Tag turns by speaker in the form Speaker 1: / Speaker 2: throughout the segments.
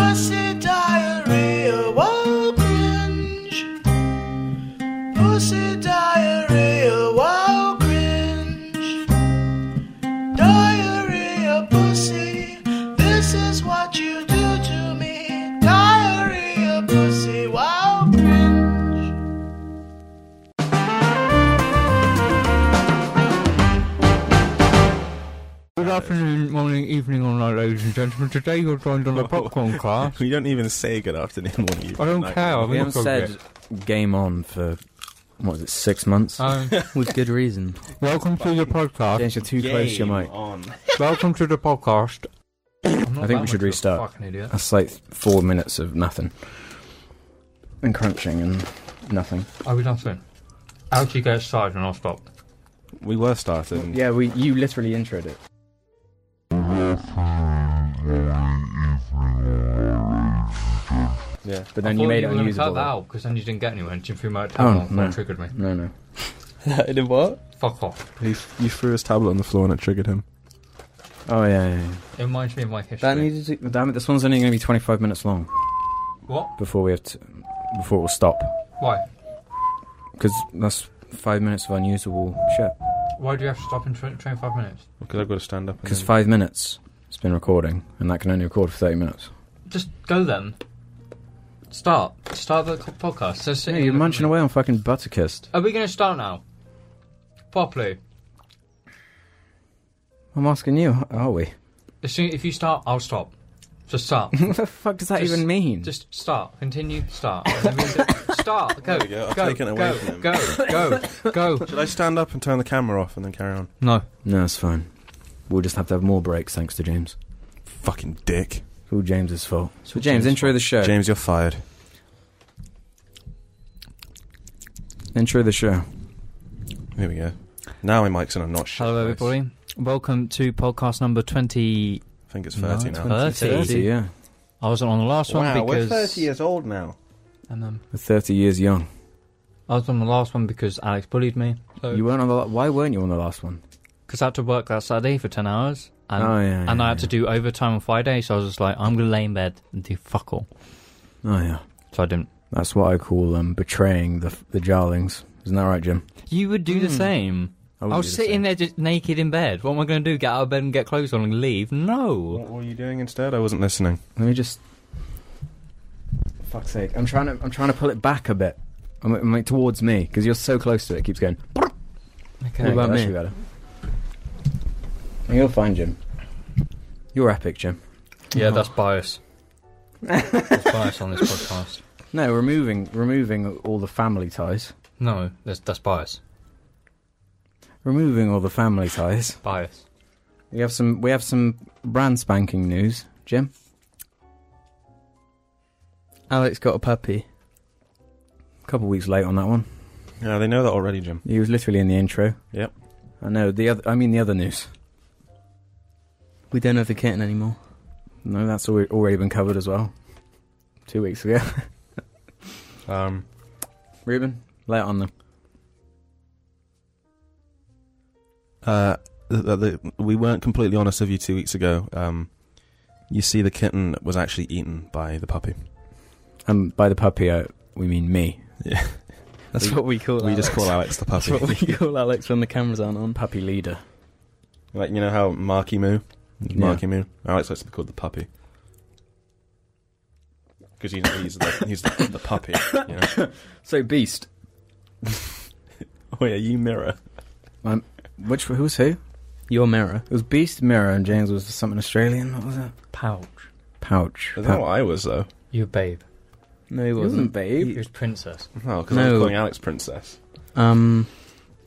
Speaker 1: Pussy diarrhea, wow, cringe. Pussy diarrhea, wow, cringe. Diarrhea, pussy, this is what you do to me. Diarrhea, pussy, wow, cringe.
Speaker 2: Good afternoon, morning, evening, all night, ladies and gentlemen. Today you're joined
Speaker 3: Oh.
Speaker 2: on a popcorn car.
Speaker 4: We don't even say good afternoon, morning, evening.
Speaker 2: I don't
Speaker 4: night.
Speaker 2: care.
Speaker 3: We haven't
Speaker 2: not gonna
Speaker 3: said game on for what is it, six months?
Speaker 2: get it. Um,
Speaker 3: Uh, With good reason.
Speaker 2: welcome to the podcast.
Speaker 3: James, you're too close to your mic.
Speaker 4: on.
Speaker 2: Welcome to the podcast.
Speaker 3: I think we should restart.
Speaker 2: Fucking idiot.
Speaker 3: That's like four minutes of nothing. And crunching and nothing.
Speaker 2: I was nothing. Out you get started and I'll stop.
Speaker 4: We were starting.
Speaker 3: Yeah, we you literally introed it. Yeah, but then you made it
Speaker 2: cut
Speaker 3: unusable.
Speaker 2: that
Speaker 3: though.
Speaker 2: out because then you didn't get anywhere. And Jim my
Speaker 3: Oh,
Speaker 2: tablet
Speaker 3: no.
Speaker 2: and triggered me.
Speaker 3: No, no.
Speaker 4: did what?
Speaker 2: Fuck off.
Speaker 4: He, he threw his tablet on the floor and it triggered him.
Speaker 3: Oh yeah, yeah, yeah.
Speaker 2: It reminds me of my history.
Speaker 3: That needed to. Damn it! This one's only going to be 25 minutes long
Speaker 2: What?
Speaker 3: before we have to. Before it will stop,
Speaker 2: Why?
Speaker 3: because that's five minutes of unusable shit.
Speaker 2: Why do you have to stop in tw- 25 minutes?
Speaker 4: Because I've got to stand up.
Speaker 3: Because five minutes it's been recording, and that can only record for 30 minutes.
Speaker 2: Just go then. Start. Start the co- podcast. So sit
Speaker 3: Yeah,
Speaker 2: and
Speaker 3: you're
Speaker 2: look at
Speaker 3: munching
Speaker 2: me.
Speaker 3: away on fucking Butterkissed.
Speaker 2: Are we going to start now? Properly.
Speaker 3: I'm asking you, are we?
Speaker 2: As soon, if you start, I'll stop. Just start.
Speaker 3: what the fuck does that
Speaker 2: Just-
Speaker 3: even mean?
Speaker 2: Just start. Continue. Start. And then we do- start.
Speaker 4: There
Speaker 2: Go.
Speaker 4: we go. I've
Speaker 2: go.
Speaker 4: taken it
Speaker 2: go.
Speaker 4: away from him.
Speaker 2: Go. Go. Go.
Speaker 4: Should I stand up and turn the camera off and then carry on?
Speaker 2: No.
Speaker 3: No, it's fine. We'll just have to have more breaks thanks to James.
Speaker 4: Fucking dick.
Speaker 3: It's all James's fault. So James, intro the show.
Speaker 4: James, you're fired.
Speaker 3: Intro the show.
Speaker 4: Here we go. Now my mic's in a not shit
Speaker 5: Hello,
Speaker 4: place.
Speaker 5: everybody. Welcome to podcast number 20.
Speaker 4: I think it's 30 now.
Speaker 5: 20.
Speaker 3: 30, yeah.
Speaker 5: I wasn't on the last one because.
Speaker 4: old now.
Speaker 5: And, um,
Speaker 3: We're 30 years young.
Speaker 5: I was on the last one because Alex bullied me.
Speaker 3: You weren't on the. la- Why weren't you on the last one?
Speaker 5: Because I had to work that Saturday for 10 hours. And,
Speaker 3: oh, yeah.
Speaker 5: and
Speaker 3: yeah,
Speaker 5: I had to do overtime on Friday, so I was just like, I'm going to lay in bed and do fuck all.
Speaker 3: yeah. Oh, yeah.
Speaker 5: So I didn't.
Speaker 3: That's what I call um, betraying the, the jarlings. Isn't that right, Jim?
Speaker 5: You would do the
Speaker 2: Hmm.
Speaker 5: same.
Speaker 3: would
Speaker 5: I
Speaker 3: do
Speaker 5: was
Speaker 3: the
Speaker 5: sitting
Speaker 3: same.
Speaker 5: there just naked in bed. What am I going to do? Get out of bed and get clothes on and leave? No.
Speaker 4: What were you doing instead? I wasn't listening.
Speaker 3: Let me just. Fuck's sake! I'm trying to. I'm trying to pull it back a bit. I'm, I'm like towards me because you're so close to it. it keeps going.
Speaker 5: Okay.
Speaker 3: There you go,
Speaker 5: Well,
Speaker 3: that should be better. And you're fine, Jim. You're epic, Jim.
Speaker 2: Yeah, that's bias. There's bias on this podcast.
Speaker 3: No, removing removing all the family ties.
Speaker 2: No, that's, that's bias.
Speaker 3: Removing all the family ties.
Speaker 2: Bias.
Speaker 3: We have some. We have some brand spanking news, Jim.
Speaker 6: Alex got a puppy.
Speaker 3: A couple weeks late on that one.
Speaker 4: Yeah, they know that already, Jim.
Speaker 3: He was literally in the intro.
Speaker 4: Yep.
Speaker 3: I know the other. I mean the other news.
Speaker 6: We don't have a kitten anymore.
Speaker 3: No, that's al- already been covered as well. Two weeks ago.
Speaker 4: Um,
Speaker 3: Ruben, lay it on them.
Speaker 4: uh, th th th we weren't completely honest with you two weeks ago. Um, you see, the kitten was actually eaten by the puppy.
Speaker 3: And by the puppy, uh, we mean me.
Speaker 6: That's
Speaker 4: We-
Speaker 6: what we call.
Speaker 4: We
Speaker 6: Alex.
Speaker 4: just call Alex the
Speaker 6: That's
Speaker 4: puppy.
Speaker 6: what we call Alex when the cameras aren't on.
Speaker 3: Puppy leader.
Speaker 4: Like you know how Marky Moo, Marky Moo. Alex likes to be called the puppy because he's he's the, he's the, the puppy. You know?
Speaker 3: So Beast.
Speaker 4: Oh yeah, you mirror.
Speaker 3: Which who was who?
Speaker 6: Your mirror.
Speaker 3: It was Beast, Mirror, and James was something Australian. What was it?
Speaker 2: Pouch.
Speaker 3: Pouch.
Speaker 4: That's
Speaker 3: Pou-
Speaker 4: not what I was though.
Speaker 2: You babe.
Speaker 6: No, he
Speaker 3: It wasn't
Speaker 6: wasn't.
Speaker 2: You
Speaker 3: Babe.
Speaker 2: was princess.
Speaker 4: No, because Oh, I was
Speaker 6: No.
Speaker 4: calling Alex princess.
Speaker 6: Um,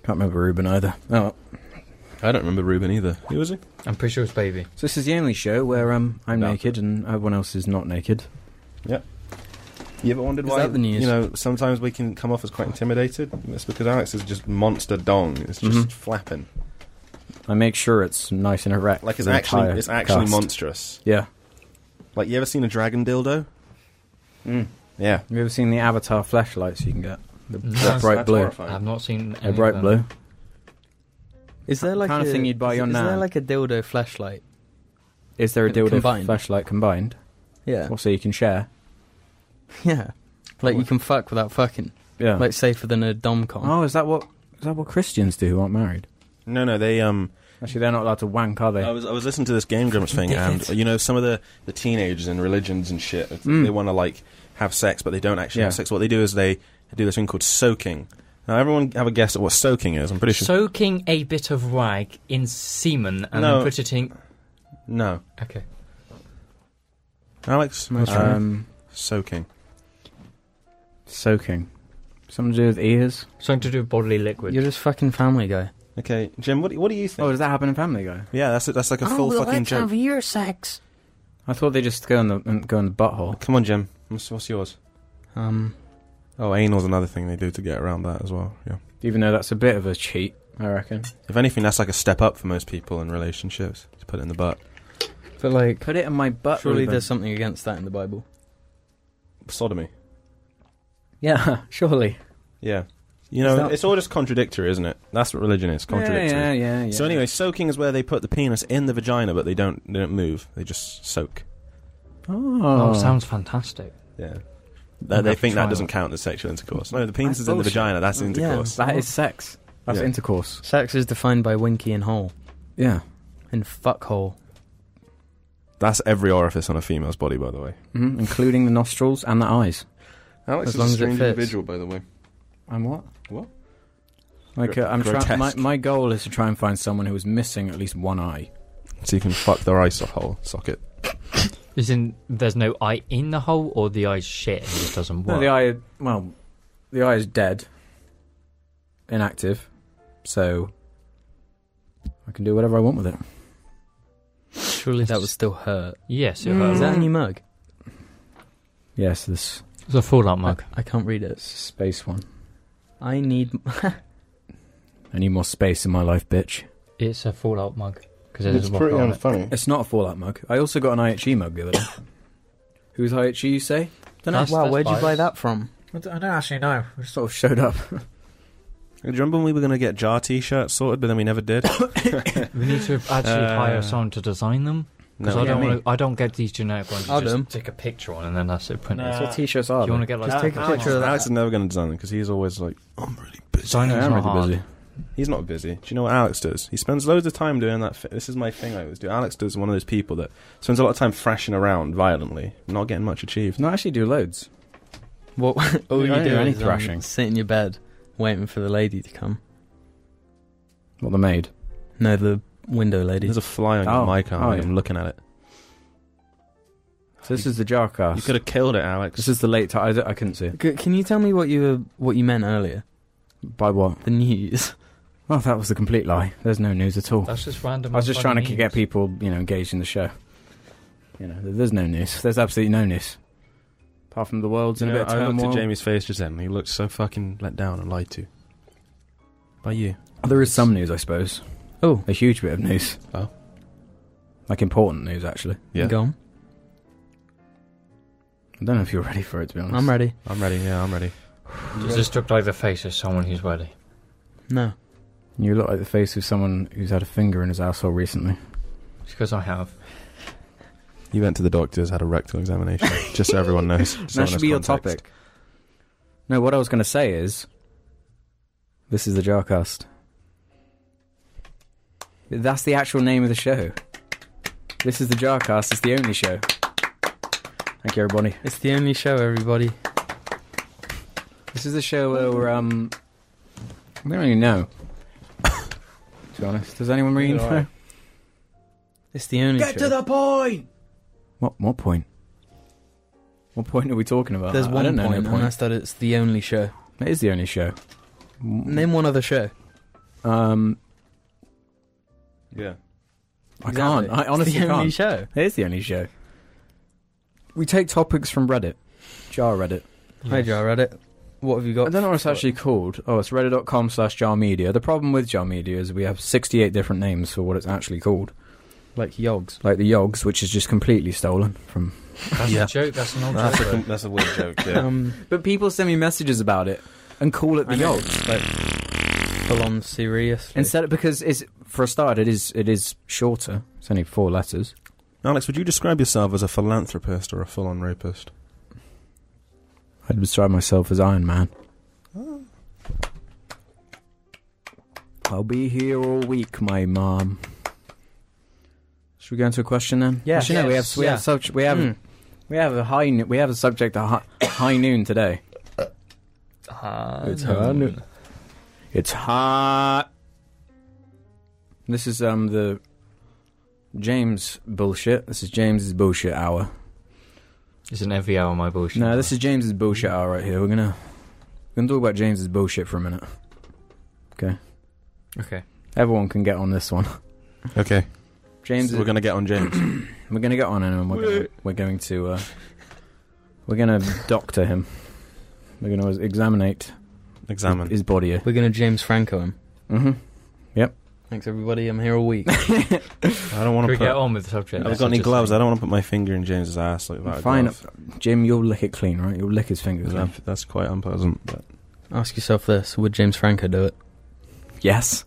Speaker 3: Can't remember Ruben either. Oh, well.
Speaker 4: I don't remember Ruben either. Who was he?
Speaker 2: I'm pretty sure it's baby.
Speaker 3: so this is the only show where um I'm
Speaker 4: No.
Speaker 3: naked and everyone else is not naked.
Speaker 4: You ever wondered
Speaker 6: Is
Speaker 4: why?
Speaker 6: that the news?
Speaker 4: You know, sometimes we can come off as quite intimidated. It's because Alex is just monster dong. It's just
Speaker 3: Mhm.
Speaker 4: flapping.
Speaker 3: I make sure it's nice and erect.
Speaker 4: Like it's
Speaker 3: for the
Speaker 4: actually
Speaker 3: entire
Speaker 4: it's actually
Speaker 3: cast.
Speaker 4: monstrous.
Speaker 3: Yeah.
Speaker 4: Like you ever seen a dragon dildo?
Speaker 3: Mm.
Speaker 4: Yeah.
Speaker 3: Have you ever seen the Avatar flashlights you can get? The the
Speaker 2: No. That's-
Speaker 3: bright
Speaker 4: Mm. that's
Speaker 3: blue.
Speaker 4: horrifying. Mm-hmm.
Speaker 2: I've not seen any
Speaker 3: They're
Speaker 2: of
Speaker 3: bright
Speaker 2: them.
Speaker 3: blue.
Speaker 6: is there like
Speaker 3: kind of
Speaker 6: a,
Speaker 3: thing you'd buy
Speaker 6: is,
Speaker 3: on
Speaker 6: Is there
Speaker 3: Nan.
Speaker 6: like a dildo flashlight?
Speaker 3: Is there a
Speaker 6: Com-
Speaker 3: dildo
Speaker 6: combined.
Speaker 3: flashlight combined?
Speaker 6: Yeah.
Speaker 3: Or so you can share.
Speaker 6: Yeah. Like you can fuck without fucking.
Speaker 3: Yeah.
Speaker 6: Like safer than a dom con.
Speaker 3: oh, is that what is that what Christians do who aren't married?
Speaker 4: No, no, they um.
Speaker 3: Actually, they're not allowed to wank, are they?
Speaker 4: I was I was listening to this Game Grumps thing, and you know some of the the teenagers and religions and shit,
Speaker 3: Mm.
Speaker 4: they want to like have sex, but they don't actually
Speaker 3: Yeah.
Speaker 4: have sex. What they do is they do this thing called soaking. Now, everyone have a guess at what soaking is. I'm pretty sure.
Speaker 5: Soaking a bit of rag in semen and
Speaker 4: No.
Speaker 5: then put it in.
Speaker 4: no,
Speaker 5: Okay.
Speaker 4: Alex, Uh,
Speaker 6: right.
Speaker 3: um,
Speaker 4: soaking.
Speaker 3: soaking. Something to do with ears.
Speaker 5: Something to do with bodily liquid.
Speaker 6: You're just fucking family guy.
Speaker 4: Okay, Jim, what do- what do you think?
Speaker 3: Oh, does that happen in Family Guy?
Speaker 4: yeah, that's that's like a
Speaker 5: Oh,
Speaker 4: full fucking joke.
Speaker 5: your sex.
Speaker 3: I thought they just go in the um, go in the butthole.
Speaker 4: Come on, Jim. What's, what's yours?
Speaker 6: Um,
Speaker 4: Oh, anal's another thing they do to get around that as well. Yeah.
Speaker 3: Even though that's a bit of a cheat, I reckon.
Speaker 4: If anything, that's like a step up for most people in relationships to put it in the butt.
Speaker 3: But like,
Speaker 6: put it in my butt. Surely
Speaker 3: Ruben.
Speaker 6: there's something against that in the Bible.
Speaker 4: Sodomy.
Speaker 3: yeah, surely.
Speaker 4: Yeah. You
Speaker 3: Is
Speaker 4: know,
Speaker 3: that-
Speaker 4: it's all just contradictory, isn't it? That's what religion is, contradictory.
Speaker 3: Yeah, yeah, yeah. yeah.
Speaker 4: So anyway, soaking is where they put the penis in the vagina, but they don't they don't move. They just soak.
Speaker 5: Oh,
Speaker 3: oh,
Speaker 5: sounds fantastic.
Speaker 4: Yeah. They, they
Speaker 5: have to
Speaker 4: think
Speaker 5: try
Speaker 4: that doesn't
Speaker 5: that.
Speaker 4: count as sexual intercourse. No, the penis
Speaker 3: That's
Speaker 4: is in the
Speaker 3: bullshit. Mm,
Speaker 4: vagina. That's intercourse.
Speaker 3: that is sex. That's
Speaker 4: Yeah.
Speaker 3: intercourse.
Speaker 6: Sex is defined by winky and hole
Speaker 3: Yeah.
Speaker 6: and fuck hole.
Speaker 4: That's every orifice on a female's body, by the way.
Speaker 3: hmm Including the nostrils and the eyes.
Speaker 4: Alex
Speaker 6: As is a long as it strange fits. individual,
Speaker 4: by the way.
Speaker 3: And what?
Speaker 4: What?
Speaker 3: Like,
Speaker 4: Gr-
Speaker 3: uh, I'm trying. My,
Speaker 4: grotesque.
Speaker 3: my goal is to try and find someone who is missing at least one eye.
Speaker 4: So you can fuck their eye so- hole socket.
Speaker 5: Is in there's no eye in the hole or the eye's shit and it just doesn't work.
Speaker 3: No, the eye. Well, the eye is dead, inactive, so I can do whatever I want with it.
Speaker 5: Surely
Speaker 6: That would still hurt.
Speaker 5: yes. It
Speaker 7: Mm.
Speaker 6: Is that a
Speaker 3: Mm.
Speaker 5: hurt.
Speaker 6: new mug?
Speaker 3: Yes, this
Speaker 5: It's a fallout mug.
Speaker 6: I, I can't read it.
Speaker 3: space one.
Speaker 6: I need.
Speaker 3: I need more space in my life, bitch.
Speaker 5: It's a fallout mug because it doesn't work. on it.
Speaker 7: unfunny.
Speaker 3: It's not a Fallout mug. I also got an IHE mug the other day. Who's IHE? You say? Don't know.
Speaker 5: That's-
Speaker 6: wow, where'd you
Speaker 5: biased.
Speaker 6: buy that from?
Speaker 7: I don't, I don't actually know.
Speaker 3: It sort of showed up.
Speaker 4: Do you remember when we were going to get jar t-shirts sorted, but then we never did?
Speaker 5: We need to actually
Speaker 4: Uh,
Speaker 5: hire someone to design them because I
Speaker 4: yeah,
Speaker 5: don't
Speaker 4: me.
Speaker 5: want I don't get these generic ones. You
Speaker 6: I'll
Speaker 5: just
Speaker 6: do 'em.
Speaker 5: take a picture on and then that's it printed.
Speaker 6: Uh,
Speaker 7: Nah.
Speaker 5: Do
Speaker 3: That's what t-shirts are.
Speaker 5: you want to get like
Speaker 7: Just take a picture of
Speaker 4: Alex is never going to design them because he's always like, I'm really busy.
Speaker 5: Designing's
Speaker 3: I'm
Speaker 5: not
Speaker 3: really
Speaker 5: hard.
Speaker 3: busy.
Speaker 4: He's not busy. Do you know what Alex does? He spends loads of time doing that. Fi- this is my thing I always do. Alex does one of those people that spends a lot of time thrashing around violently, not getting much achieved.
Speaker 3: No, I actually do loads.
Speaker 6: What?
Speaker 4: Oh,
Speaker 6: all
Speaker 3: I
Speaker 6: you
Speaker 3: don't
Speaker 6: do
Speaker 3: do any
Speaker 6: is um,
Speaker 3: thrashing.
Speaker 6: sit in your bed, waiting for the lady to come.
Speaker 3: What the maid?
Speaker 6: No, the window lady.
Speaker 4: There's a fly on
Speaker 3: Oh.
Speaker 4: your mic arm.
Speaker 3: Oh,
Speaker 4: and
Speaker 3: yeah.
Speaker 4: I'm looking at it.
Speaker 3: So this is the jar
Speaker 4: You
Speaker 3: cast.
Speaker 4: could have killed it, Alex.
Speaker 3: This is the late. T- I, don't- I couldn't see it.
Speaker 6: C- can you tell me what you were, what you meant earlier?
Speaker 3: By what?
Speaker 6: The news.
Speaker 3: Well, that was the complete lie. There's no news at all.
Speaker 5: That's just random.
Speaker 3: I was just trying to
Speaker 5: funny
Speaker 3: get
Speaker 5: news.
Speaker 3: people, you know, engaged in the show. You know, there's no news. There's absolutely no news. Apart from the world's
Speaker 4: You
Speaker 3: in a
Speaker 4: know,
Speaker 3: bit of
Speaker 4: I
Speaker 3: turmoil.
Speaker 4: looked at Jamie's face just then, and he looked so fucking let down and lied to. By you.
Speaker 3: There is some news, I suppose.
Speaker 6: Oh,
Speaker 3: A huge bit of news.
Speaker 4: Oh.
Speaker 3: Like important news, actually.
Speaker 4: Yeah.
Speaker 6: go on.
Speaker 3: I don't know if you're ready for it, to be honest.
Speaker 6: I'm ready.
Speaker 4: I'm ready. Yeah, I'm ready.
Speaker 5: You just looked like the face of someone who's ready.
Speaker 6: No.
Speaker 3: You look like the face of someone who's had a finger in his asshole recently.
Speaker 5: Because I have.
Speaker 4: You went to the doctor's, had a rectal examination, just so everyone knows. just so
Speaker 3: that
Speaker 4: everyone
Speaker 3: should be your
Speaker 4: has context.
Speaker 3: topic. No, what I was going to say is, this is the Jarcast. That's the actual name of the show. This is the Jarcast. It's the only show. Thank you, everybody.
Speaker 6: It's the only show, everybody.
Speaker 3: This is the show where we're, um, I don't really know. to be honest, does anyone really know?
Speaker 6: It's the only show.
Speaker 7: the point!
Speaker 3: What? What point? What point are we talking about?
Speaker 6: There's
Speaker 3: I- I
Speaker 6: one
Speaker 3: don't know no
Speaker 6: point, and that's that it's the only show.
Speaker 3: That is the only show.
Speaker 6: Name one other show.
Speaker 3: Um,
Speaker 4: Yeah.
Speaker 3: I
Speaker 6: Exactly.
Speaker 3: can't. I
Speaker 6: It's
Speaker 3: honestly
Speaker 6: the only
Speaker 3: can't.
Speaker 6: show.
Speaker 3: It is the only show. We take topics from Reddit. Jar Reddit.
Speaker 6: Hi, Joe. I read it. What have you
Speaker 3: I
Speaker 6: got?
Speaker 3: don't know what it's actually called. Oh, it's reddit.com slash jar media. The problem with jar media is we have 68 different names for what it's actually called.
Speaker 6: Like yogs.
Speaker 3: Like the Yogs, which is just completely stolen from.
Speaker 5: That's a joke. That's an old
Speaker 4: That's
Speaker 5: joke.
Speaker 4: a, that's a weird joke, yeah.
Speaker 6: Um,
Speaker 3: But people send me messages about it and call it the
Speaker 6: I know.
Speaker 3: Yogs.
Speaker 6: full on seriously.
Speaker 3: Instead, because it's for a start, it is it is shorter. It's only four letters.
Speaker 4: Alex, would you describe yourself as a philanthropist or a full-on rapist?
Speaker 3: I'd describe myself as Iron Man. Oh. I'll be here all week, my mom. Should we go into a question then? Hmm.
Speaker 6: Yeah.
Speaker 3: Actually, no, we have
Speaker 6: Yes,
Speaker 3: we
Speaker 6: yeah.
Speaker 3: have such we have
Speaker 6: Mm.
Speaker 3: we have a high no- we have a subject at hi- high noon today.
Speaker 6: Ah,
Speaker 5: It's
Speaker 3: It's hot. This is um the James bullshit. This is James's bullshit hour.
Speaker 5: It's an every hour my bullshit.
Speaker 3: No, this is James's bullshit hour right here. We're gonna we're gonna talk about James's bullshit for a minute.
Speaker 5: okay.
Speaker 3: Everyone can get on this one.
Speaker 4: Okay,
Speaker 3: James,
Speaker 4: we're going to get on James.
Speaker 3: we're gonna get on him, and we're gonna, we're going to uh, we're gonna doctor him. We're gonna examinate
Speaker 4: Examine.
Speaker 3: his body.
Speaker 6: We're gonna James Franco him.
Speaker 3: Mm-hmm.
Speaker 6: Thanks everybody. I'm here all week.
Speaker 4: I don't
Speaker 5: Can
Speaker 4: want to
Speaker 5: we
Speaker 4: put.
Speaker 5: get on with the subject?
Speaker 4: I haven't got any gloves. I don't want to put my finger in James's ass like that.
Speaker 3: Fine.
Speaker 4: glove.
Speaker 3: Jim, you'll lick it clean, right? You'll lick his fingers.
Speaker 4: Because
Speaker 3: clean.
Speaker 4: that- That's quite unpleasant. But
Speaker 6: Ask yourself this: Would James Franco do it?
Speaker 3: Yes.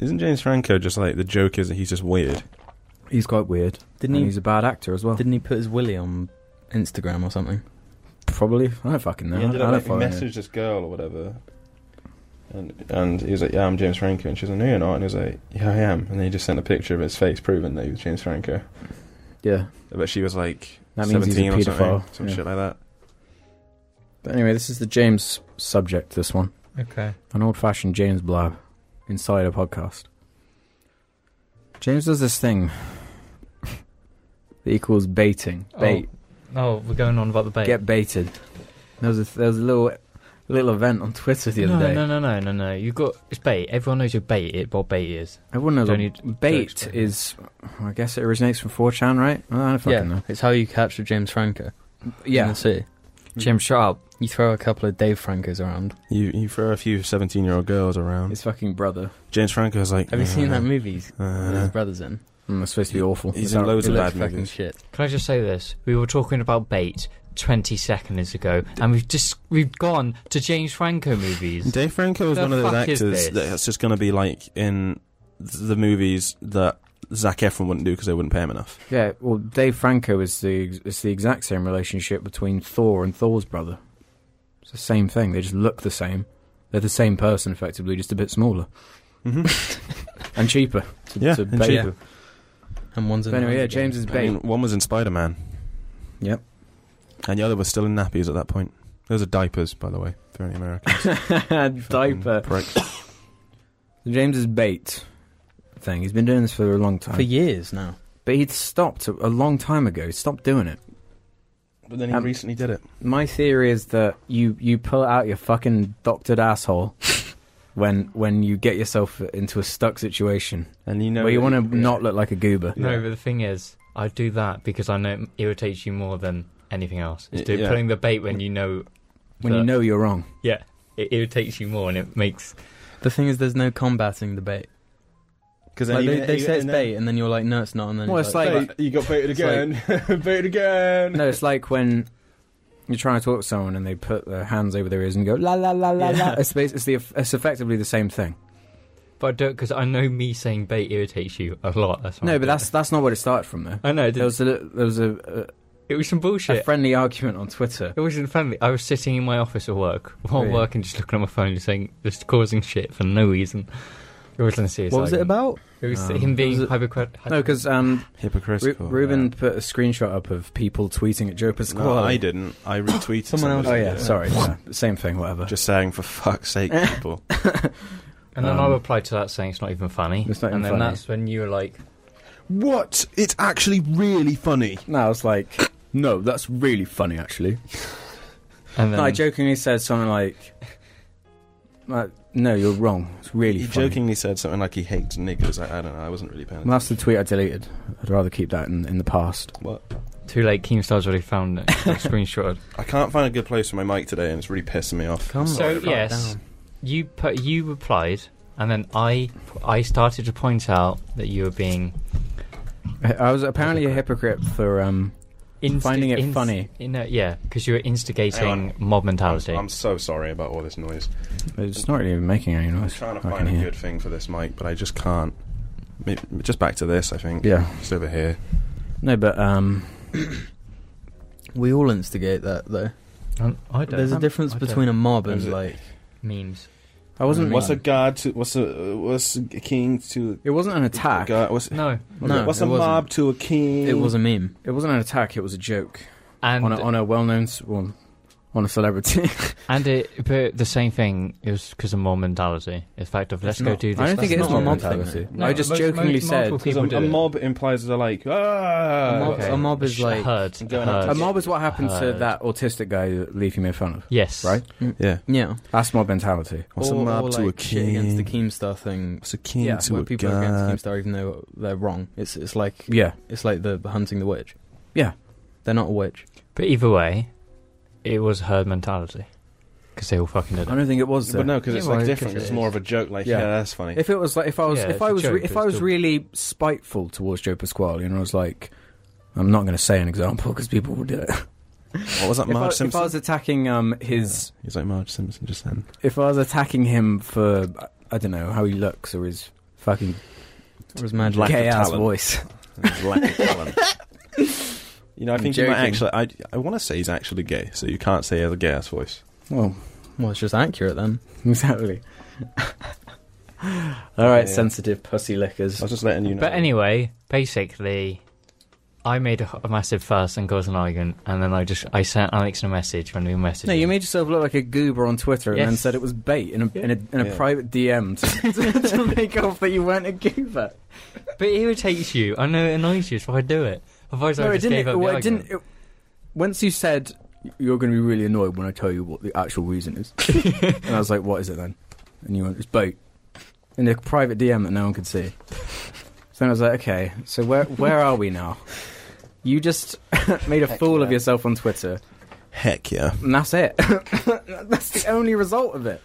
Speaker 4: isn't James Franco just like the joke is that he's just weird?
Speaker 3: He's quite weird.
Speaker 6: Didn't
Speaker 3: and
Speaker 6: he?
Speaker 3: he's a bad actor as well.
Speaker 6: Didn't he put his willy on Instagram or something?
Speaker 3: Probably. I don't fucking know.
Speaker 4: he ended
Speaker 3: I
Speaker 4: up
Speaker 3: don't
Speaker 4: like, he
Speaker 3: fucking know.
Speaker 4: messaged this girl or whatever, and and he was like, "Yeah, I'm James Franco," and she's like, "No, you're not," and he was like, "Yeah, I am," and then he just sent a picture of his face proving that he was James Franco.
Speaker 3: Yeah.
Speaker 4: But she was like
Speaker 3: That means he's a
Speaker 4: 17 or something,
Speaker 3: paedophile,
Speaker 4: some
Speaker 3: yeah.
Speaker 4: shit like that.
Speaker 3: But anyway, this is the James subject. This one,
Speaker 5: Okay.
Speaker 3: an old-fashioned James blab inside a podcast. James does this thing that he calls baiting. Bait.
Speaker 5: Oh, we're going on about the bait.
Speaker 3: Get baited. There was a, there was a little little event on Twitter the other
Speaker 5: no,
Speaker 3: day.
Speaker 5: no, no, no, no, no. You got it's bait. Everyone knows your bait. It what bait is.
Speaker 3: Everyone knows
Speaker 5: Don't
Speaker 3: what
Speaker 5: need- don't
Speaker 3: bait
Speaker 5: explain.
Speaker 3: is. I guess it originates from 4chan, right? I don't fucking
Speaker 6: yeah,
Speaker 3: know.
Speaker 6: it's how you capture James Franco. in
Speaker 3: Yeah,
Speaker 6: the sea.
Speaker 5: Jim, shut up.
Speaker 6: You throw a couple of Dave Francos around.
Speaker 4: You you throw a few 17 year old girls around.
Speaker 3: his fucking brother.
Speaker 4: James Franco's like,
Speaker 6: Have you seen
Speaker 4: "Uh,
Speaker 6: that movie he's- that
Speaker 4: uh,
Speaker 6: his brother's in?
Speaker 3: Mm, it's supposed to be awful.
Speaker 4: He's
Speaker 3: It's
Speaker 4: in
Speaker 3: not-
Speaker 4: loads
Speaker 6: it
Speaker 4: of
Speaker 6: looks
Speaker 4: bad
Speaker 6: fucking
Speaker 4: movies.
Speaker 6: shit.
Speaker 5: Can I just say this? We were talking about bait 20 seconds ago, and we've just we've gone to James Franco movies.
Speaker 4: Dave Franco is
Speaker 5: The
Speaker 4: one of those
Speaker 5: fuck is
Speaker 4: actors
Speaker 5: this?
Speaker 4: that's just going to be like in th- the movies that Zach Efron wouldn't do because they wouldn't pay him enough.
Speaker 3: Yeah, well, Dave Franco is the it's the exact same relationship between Thor and Thor's brother. It's the same thing. They just look the same. They're the same person, effectively, just a bit smaller and cheaper. To,
Speaker 4: Yeah,
Speaker 3: Mm-hmm. to
Speaker 4: and
Speaker 3: bait.
Speaker 4: cheaper.
Speaker 6: And one's in
Speaker 3: But anyway,
Speaker 6: Hunger
Speaker 3: yeah, James
Speaker 6: Games.
Speaker 3: is
Speaker 4: I
Speaker 3: bait.
Speaker 4: mean, one was in Spider Man.
Speaker 3: Yep.
Speaker 4: And the other was still in nappies at that point. Those are diapers, by the way, for any American. Fucking
Speaker 3: Diaper.
Speaker 4: pricks.
Speaker 3: James's bait thing. He's been doing this for a long time,
Speaker 6: For years now.
Speaker 3: but he'd stopped a, a long time ago. He stopped doing it.
Speaker 4: But then he
Speaker 3: Um,
Speaker 4: recently did it.
Speaker 3: My theory is that you you pull out your fucking doctored asshole when when you get yourself into a stuck situation
Speaker 4: And you know.
Speaker 3: where you
Speaker 4: that-
Speaker 3: want to not look like a goober.
Speaker 5: No, but the thing is, I do that because I know it irritates you more than anything else. It's
Speaker 4: Y-
Speaker 5: doing
Speaker 4: yeah.
Speaker 5: putting the bait when you know
Speaker 3: when you
Speaker 5: that
Speaker 3: know you're wrong.
Speaker 5: it irritates you more, and it makes
Speaker 6: The thing is, there's no combating the bait.
Speaker 4: Because
Speaker 6: Like, they, they say it's bait, and then you're like, no, it's not. And then
Speaker 3: Well,
Speaker 6: it's
Speaker 3: it's
Speaker 6: like,
Speaker 3: like-
Speaker 4: you got baited
Speaker 3: It's again.
Speaker 4: baited again.
Speaker 3: No, it's like when you're trying to talk to someone and they put their hands over their ears and go la la la la la.
Speaker 6: Yeah.
Speaker 3: It's, bas- it's, the, it's effectively the same thing.
Speaker 5: But I don't because I know me saying bait irritates you a lot. That's why I
Speaker 3: No,
Speaker 5: do
Speaker 3: but that's
Speaker 5: it.
Speaker 3: that's not what it started from though.
Speaker 5: I know it,
Speaker 3: There
Speaker 5: was,
Speaker 3: was a li- there was a,
Speaker 5: it was some
Speaker 3: a,
Speaker 5: bullshit.
Speaker 3: a friendly argument on Twitter.
Speaker 5: it wasn't friendly. I was sitting in my office at work while
Speaker 3: Oh, yeah.
Speaker 5: working, just looking at my phone, just saying, just causing shit for no reason. It wasn't a serious.
Speaker 6: what was it
Speaker 5: argument.
Speaker 6: about?
Speaker 5: It was
Speaker 3: Um,
Speaker 5: him being
Speaker 6: was it-
Speaker 5: hypocritical.
Speaker 3: No, because um, Ru-
Speaker 4: Hypocritical.
Speaker 3: Ruben put a screenshot up of people tweeting at Joe Pasquale.
Speaker 4: No, I didn't. I retweeted
Speaker 6: Someone else
Speaker 4: somebody.
Speaker 3: Oh yeah, sorry. yeah, same thing, whatever.
Speaker 4: Just saying, for fuck's sake, people.
Speaker 5: and then I
Speaker 3: um,
Speaker 5: replied to that saying it's not even funny.
Speaker 3: It's not even
Speaker 5: and then
Speaker 3: funny.
Speaker 5: that's when you were like,
Speaker 4: what? It's actually really funny.
Speaker 3: no, I was like, no, that's really funny actually.
Speaker 5: and then
Speaker 3: No, I jokingly said something like, like, "No, you're wrong. It's really
Speaker 4: he
Speaker 3: funny."
Speaker 4: jokingly said something like he hates niggers. I, I don't know. I wasn't really paying
Speaker 3: Well, that's the tweet I deleted. I'd rather keep that in, in the past.
Speaker 4: What?
Speaker 5: too late. Keemstar's already found it. Screenshotted.
Speaker 4: I can't find a good place for my mic today, and it's really pissing me off.
Speaker 6: Come
Speaker 5: So,
Speaker 6: the fuck
Speaker 5: yes.
Speaker 6: down.
Speaker 5: You put you replied, and then I I started to point out that you were being
Speaker 3: I- I was apparently a hypocrite for um.
Speaker 5: insti-
Speaker 3: Finding it funny.
Speaker 5: You know, yeah, because you were
Speaker 4: Hang
Speaker 5: instigating
Speaker 4: on.
Speaker 5: mob
Speaker 4: I'm,
Speaker 5: mentality.
Speaker 4: I'm so sorry about all this noise.
Speaker 3: It's not really even making any
Speaker 4: I'm
Speaker 3: noise.
Speaker 4: trying to
Speaker 3: I can
Speaker 4: find a
Speaker 3: hear.
Speaker 4: good thing for this mic, but I just can't. Maybe, just back to this, I think.
Speaker 3: Yeah.
Speaker 4: Just over here.
Speaker 3: No, but um,
Speaker 6: We all instigate that though.
Speaker 5: Um, I don't.
Speaker 6: There's a
Speaker 5: um,
Speaker 6: difference
Speaker 5: I don't-
Speaker 6: between a mob
Speaker 4: Is
Speaker 6: and
Speaker 4: it-
Speaker 6: like
Speaker 5: memes.
Speaker 3: I wasn't.
Speaker 4: Mm, What's a guard to? What's a what's a king to?
Speaker 3: It wasn't an
Speaker 4: a
Speaker 3: attack.
Speaker 4: guard- what's
Speaker 5: No,
Speaker 6: no.
Speaker 4: what's
Speaker 6: it
Speaker 4: a
Speaker 6: wasn't.
Speaker 4: mob to a king?
Speaker 6: It was a meme.
Speaker 3: It wasn't an attack. It was a joke
Speaker 5: and
Speaker 3: on a, on a well-known s- well, on a celebrity.
Speaker 5: and it but the same thing is because of mob mentality. Effective. Let's
Speaker 6: It's
Speaker 5: go
Speaker 6: not.
Speaker 5: do this.
Speaker 3: I don't
Speaker 5: let's
Speaker 3: think
Speaker 6: that's
Speaker 3: it is
Speaker 5: do
Speaker 6: not
Speaker 3: mob
Speaker 6: a
Speaker 5: that.
Speaker 6: mob thing,
Speaker 3: mentality.
Speaker 5: No,
Speaker 3: I just
Speaker 5: most-
Speaker 3: jokingly
Speaker 5: most
Speaker 3: said
Speaker 5: multiple
Speaker 4: 'Cause
Speaker 5: people
Speaker 4: a,
Speaker 5: do
Speaker 4: a
Speaker 5: it.
Speaker 4: mob implies they're like ah.
Speaker 6: A mob-
Speaker 5: Okay.
Speaker 6: a mob is like-
Speaker 5: herd.
Speaker 4: Going up
Speaker 5: herd.
Speaker 4: to-
Speaker 3: a mob uh, is what happened to
Speaker 5: Heard.
Speaker 3: that autistic guy that Leafy made fun of.
Speaker 5: Yes.
Speaker 3: Right?
Speaker 4: Yeah.
Speaker 6: Yeah.
Speaker 3: That's mob mentality.
Speaker 4: What's
Speaker 6: or,
Speaker 4: a mob
Speaker 6: or,
Speaker 4: to a
Speaker 6: like, shit
Speaker 4: king?
Speaker 6: against the Keemstar thing.
Speaker 4: What's a king
Speaker 3: Yeah,
Speaker 4: to
Speaker 6: Where
Speaker 4: a
Speaker 6: people
Speaker 4: guard?
Speaker 6: are against Keemstar even though they're wrong. It's it's like
Speaker 3: Yeah,
Speaker 6: it's like the hunting the witch.
Speaker 3: Yeah.
Speaker 6: They're not a witch.
Speaker 5: But either way, it was herd mentality because they all fucking did
Speaker 3: I
Speaker 5: it.
Speaker 3: don't think it was. Though.
Speaker 4: But no, because it's
Speaker 5: Yeah, well,
Speaker 4: like
Speaker 5: I
Speaker 4: different.
Speaker 5: guess it
Speaker 4: It's more
Speaker 5: is.
Speaker 4: of a joke. Like
Speaker 3: Yeah.
Speaker 4: yeah, that's funny.
Speaker 3: If it was like, if I was,
Speaker 5: Yeah,
Speaker 3: if
Speaker 5: it's
Speaker 3: I
Speaker 5: a
Speaker 3: was,
Speaker 5: joke,
Speaker 3: re-
Speaker 5: but
Speaker 3: if
Speaker 5: it's
Speaker 3: I was
Speaker 5: still-
Speaker 3: really spiteful towards Joe Pasquale, and I was like, I'm not going to say an example because people will do it.
Speaker 4: What was that,
Speaker 3: If I,
Speaker 4: Marge
Speaker 3: if
Speaker 4: Simpson?
Speaker 3: I was attacking um his,
Speaker 4: He's like Marge Simpson just then.
Speaker 3: if I was attacking him for, I don't know how he looks or his fucking
Speaker 6: Or is magic.
Speaker 4: Lack of
Speaker 3: gay ass
Speaker 4: talent.
Speaker 3: voice.
Speaker 4: You know, I
Speaker 6: I'm
Speaker 4: think he might
Speaker 6: joking.
Speaker 4: actually. I, I want to say he's actually gay, so you can't say he has a gay ass voice.
Speaker 3: Well,
Speaker 6: Well, it's just accurate then.
Speaker 3: exactly. All right,
Speaker 4: Yeah.
Speaker 3: sensitive pussy lickers.
Speaker 4: I was just letting you know.
Speaker 5: But anyway, basically, I made a, a massive fuss and caused an argument, and then I just I sent Alex a message when we messaged.
Speaker 3: No, you made yourself look like a goober on Twitter and then
Speaker 5: Yes.
Speaker 3: said it was bait in a, in a, in a
Speaker 4: Yeah.
Speaker 3: private DM to, to, to make off that you weren't a goober.
Speaker 5: But it irritates you. I know it annoys you, so I do it. Otherwise,
Speaker 3: No,
Speaker 5: I
Speaker 3: it
Speaker 5: just
Speaker 3: didn't.
Speaker 5: gave up
Speaker 3: it- well,
Speaker 5: the
Speaker 3: it didn't.
Speaker 5: argument.
Speaker 3: It, once you said you're going to be really annoyed when I tell you what the actual reason is, and I was like, "What is it then?" And you went, "It's boat in a private DM that no one could see." So then I was like, "Okay, so where where are we now?" You just made a fool of
Speaker 4: yeah.
Speaker 3: yourself on Twitter,
Speaker 4: heck yeah,
Speaker 3: and that's it. that's the only result of it.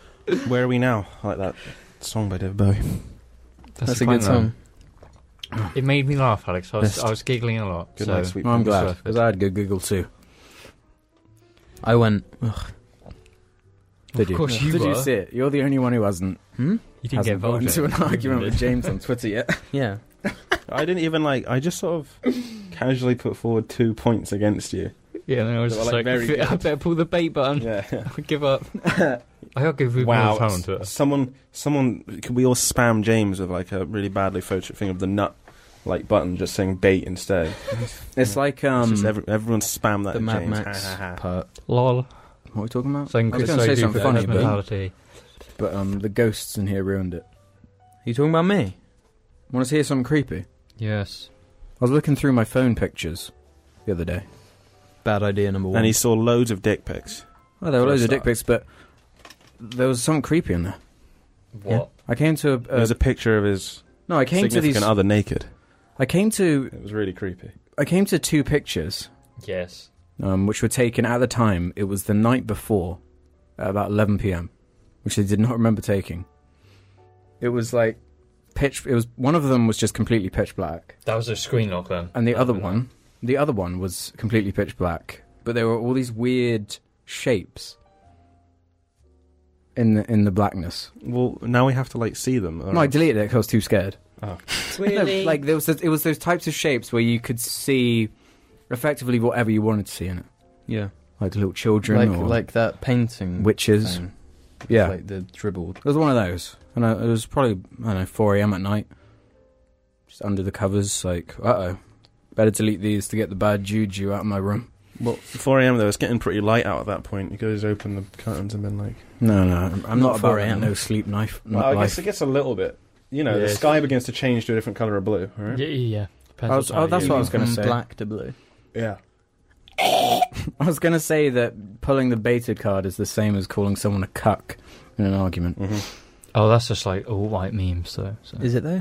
Speaker 4: where are we now? I like that song by David Bowie.
Speaker 6: That's, a good song.
Speaker 5: It made me laugh, Alex. I was,
Speaker 4: Best.
Speaker 5: I was giggling a lot.
Speaker 4: Good
Speaker 5: so.
Speaker 4: night, sweet.
Speaker 3: Well, I'm
Speaker 5: It's
Speaker 3: glad
Speaker 5: worth it.
Speaker 3: because I had good giggle too.
Speaker 6: I went. Ugh,
Speaker 3: Did you?
Speaker 5: Of course you
Speaker 3: Did you
Speaker 5: were.
Speaker 3: see it? You're the only one who hasn't.
Speaker 6: hmm?
Speaker 5: You didn't get
Speaker 3: hasn't got
Speaker 5: involved.
Speaker 3: into
Speaker 5: in it.
Speaker 3: an argument with James on Twitter yet.
Speaker 6: Yeah.
Speaker 4: I didn't even like. I just sort of casually put forward two points against you.
Speaker 5: Yeah, and I was
Speaker 4: They
Speaker 5: just
Speaker 4: were,
Speaker 5: like,
Speaker 4: like, very
Speaker 5: I better pull the bait button.
Speaker 4: Yeah.
Speaker 5: I give up. I'll give you more time to it.
Speaker 4: Someone, someone. Could we all spam James with like a really badly photoshopped thing of the nut? Like button, just saying bait instead.
Speaker 3: It's like um,
Speaker 4: It's just every, everyone spam that.
Speaker 6: the
Speaker 4: at
Speaker 6: Mad
Speaker 4: James.
Speaker 6: Max
Speaker 4: Ha, ha, ha.
Speaker 6: part.
Speaker 5: Lol.
Speaker 3: What are we talking about?
Speaker 5: So I
Speaker 3: I was going to say something funny, but,
Speaker 5: mentality.
Speaker 3: but um, the ghosts in here ruined it.
Speaker 6: you talking about me?
Speaker 3: Want to hear something creepy? I
Speaker 5: Yes.
Speaker 3: was looking through my phone pictures the other day.
Speaker 6: Bad idea number one.
Speaker 4: And he saw loads of dick pics.
Speaker 3: Well, Oh, there
Speaker 4: For
Speaker 3: were
Speaker 4: a
Speaker 3: loads of
Speaker 4: start.
Speaker 3: dick pics, but there was something creepy in there.
Speaker 5: What?
Speaker 3: I came to a,
Speaker 4: There
Speaker 3: a
Speaker 4: was a picture of his
Speaker 3: no. I came to
Speaker 4: significant
Speaker 3: these.
Speaker 4: other naked.
Speaker 3: I came to
Speaker 4: It was really creepy.
Speaker 3: I came to two pictures,
Speaker 5: Yes.
Speaker 3: um, which were taken at the time. It was the night before, at about 11 p.m., which I did not remember taking. It was like pitch. It was one of them was just completely pitch black.
Speaker 5: That was a screen lock then.
Speaker 3: And the other one, the other one was completely pitch black, but there were all these weird shapes in the in the blackness.
Speaker 4: Well, now we have to like see them.
Speaker 3: No, I deleted it because I was too scared.
Speaker 4: Oh.
Speaker 3: No, like there was this, it was those types of shapes where you could see effectively whatever you wanted to see in it,
Speaker 6: yeah.
Speaker 3: like little children
Speaker 6: Like
Speaker 3: or
Speaker 6: like that painting.
Speaker 3: witches.
Speaker 6: thing.
Speaker 3: Yeah,
Speaker 6: Like the dribble.
Speaker 3: it was one of those, and I, it was probably I don't know 4 a.m. at night, just under the covers. Like, uh oh, better delete these to get the bad juju out of my room.
Speaker 4: Well, 4 a.m. though, it's getting pretty light out at that point. You guys open the curtains and been like.
Speaker 3: No, no, I'm, I'm not,
Speaker 6: Not
Speaker 3: about
Speaker 6: 4 a.m..
Speaker 3: no sleep knife.
Speaker 4: Well,
Speaker 3: not
Speaker 4: I guess
Speaker 3: life.
Speaker 4: it gets a little bit. You know,
Speaker 5: Yeah,
Speaker 4: the
Speaker 5: it's-
Speaker 4: sky begins to change to a different color of blue. Right?
Speaker 5: Yeah, yeah, yeah. Depends
Speaker 3: I was-
Speaker 5: on how
Speaker 3: oh, that's
Speaker 5: you-
Speaker 3: what I was gonna
Speaker 6: From
Speaker 3: say.
Speaker 6: Black to blue.
Speaker 4: Yeah.
Speaker 3: I was going to say that pulling the baited card is the same as calling someone a cuck in an argument.
Speaker 4: hmm
Speaker 5: Oh, that's just like all white memes, though. So.
Speaker 6: Is it though?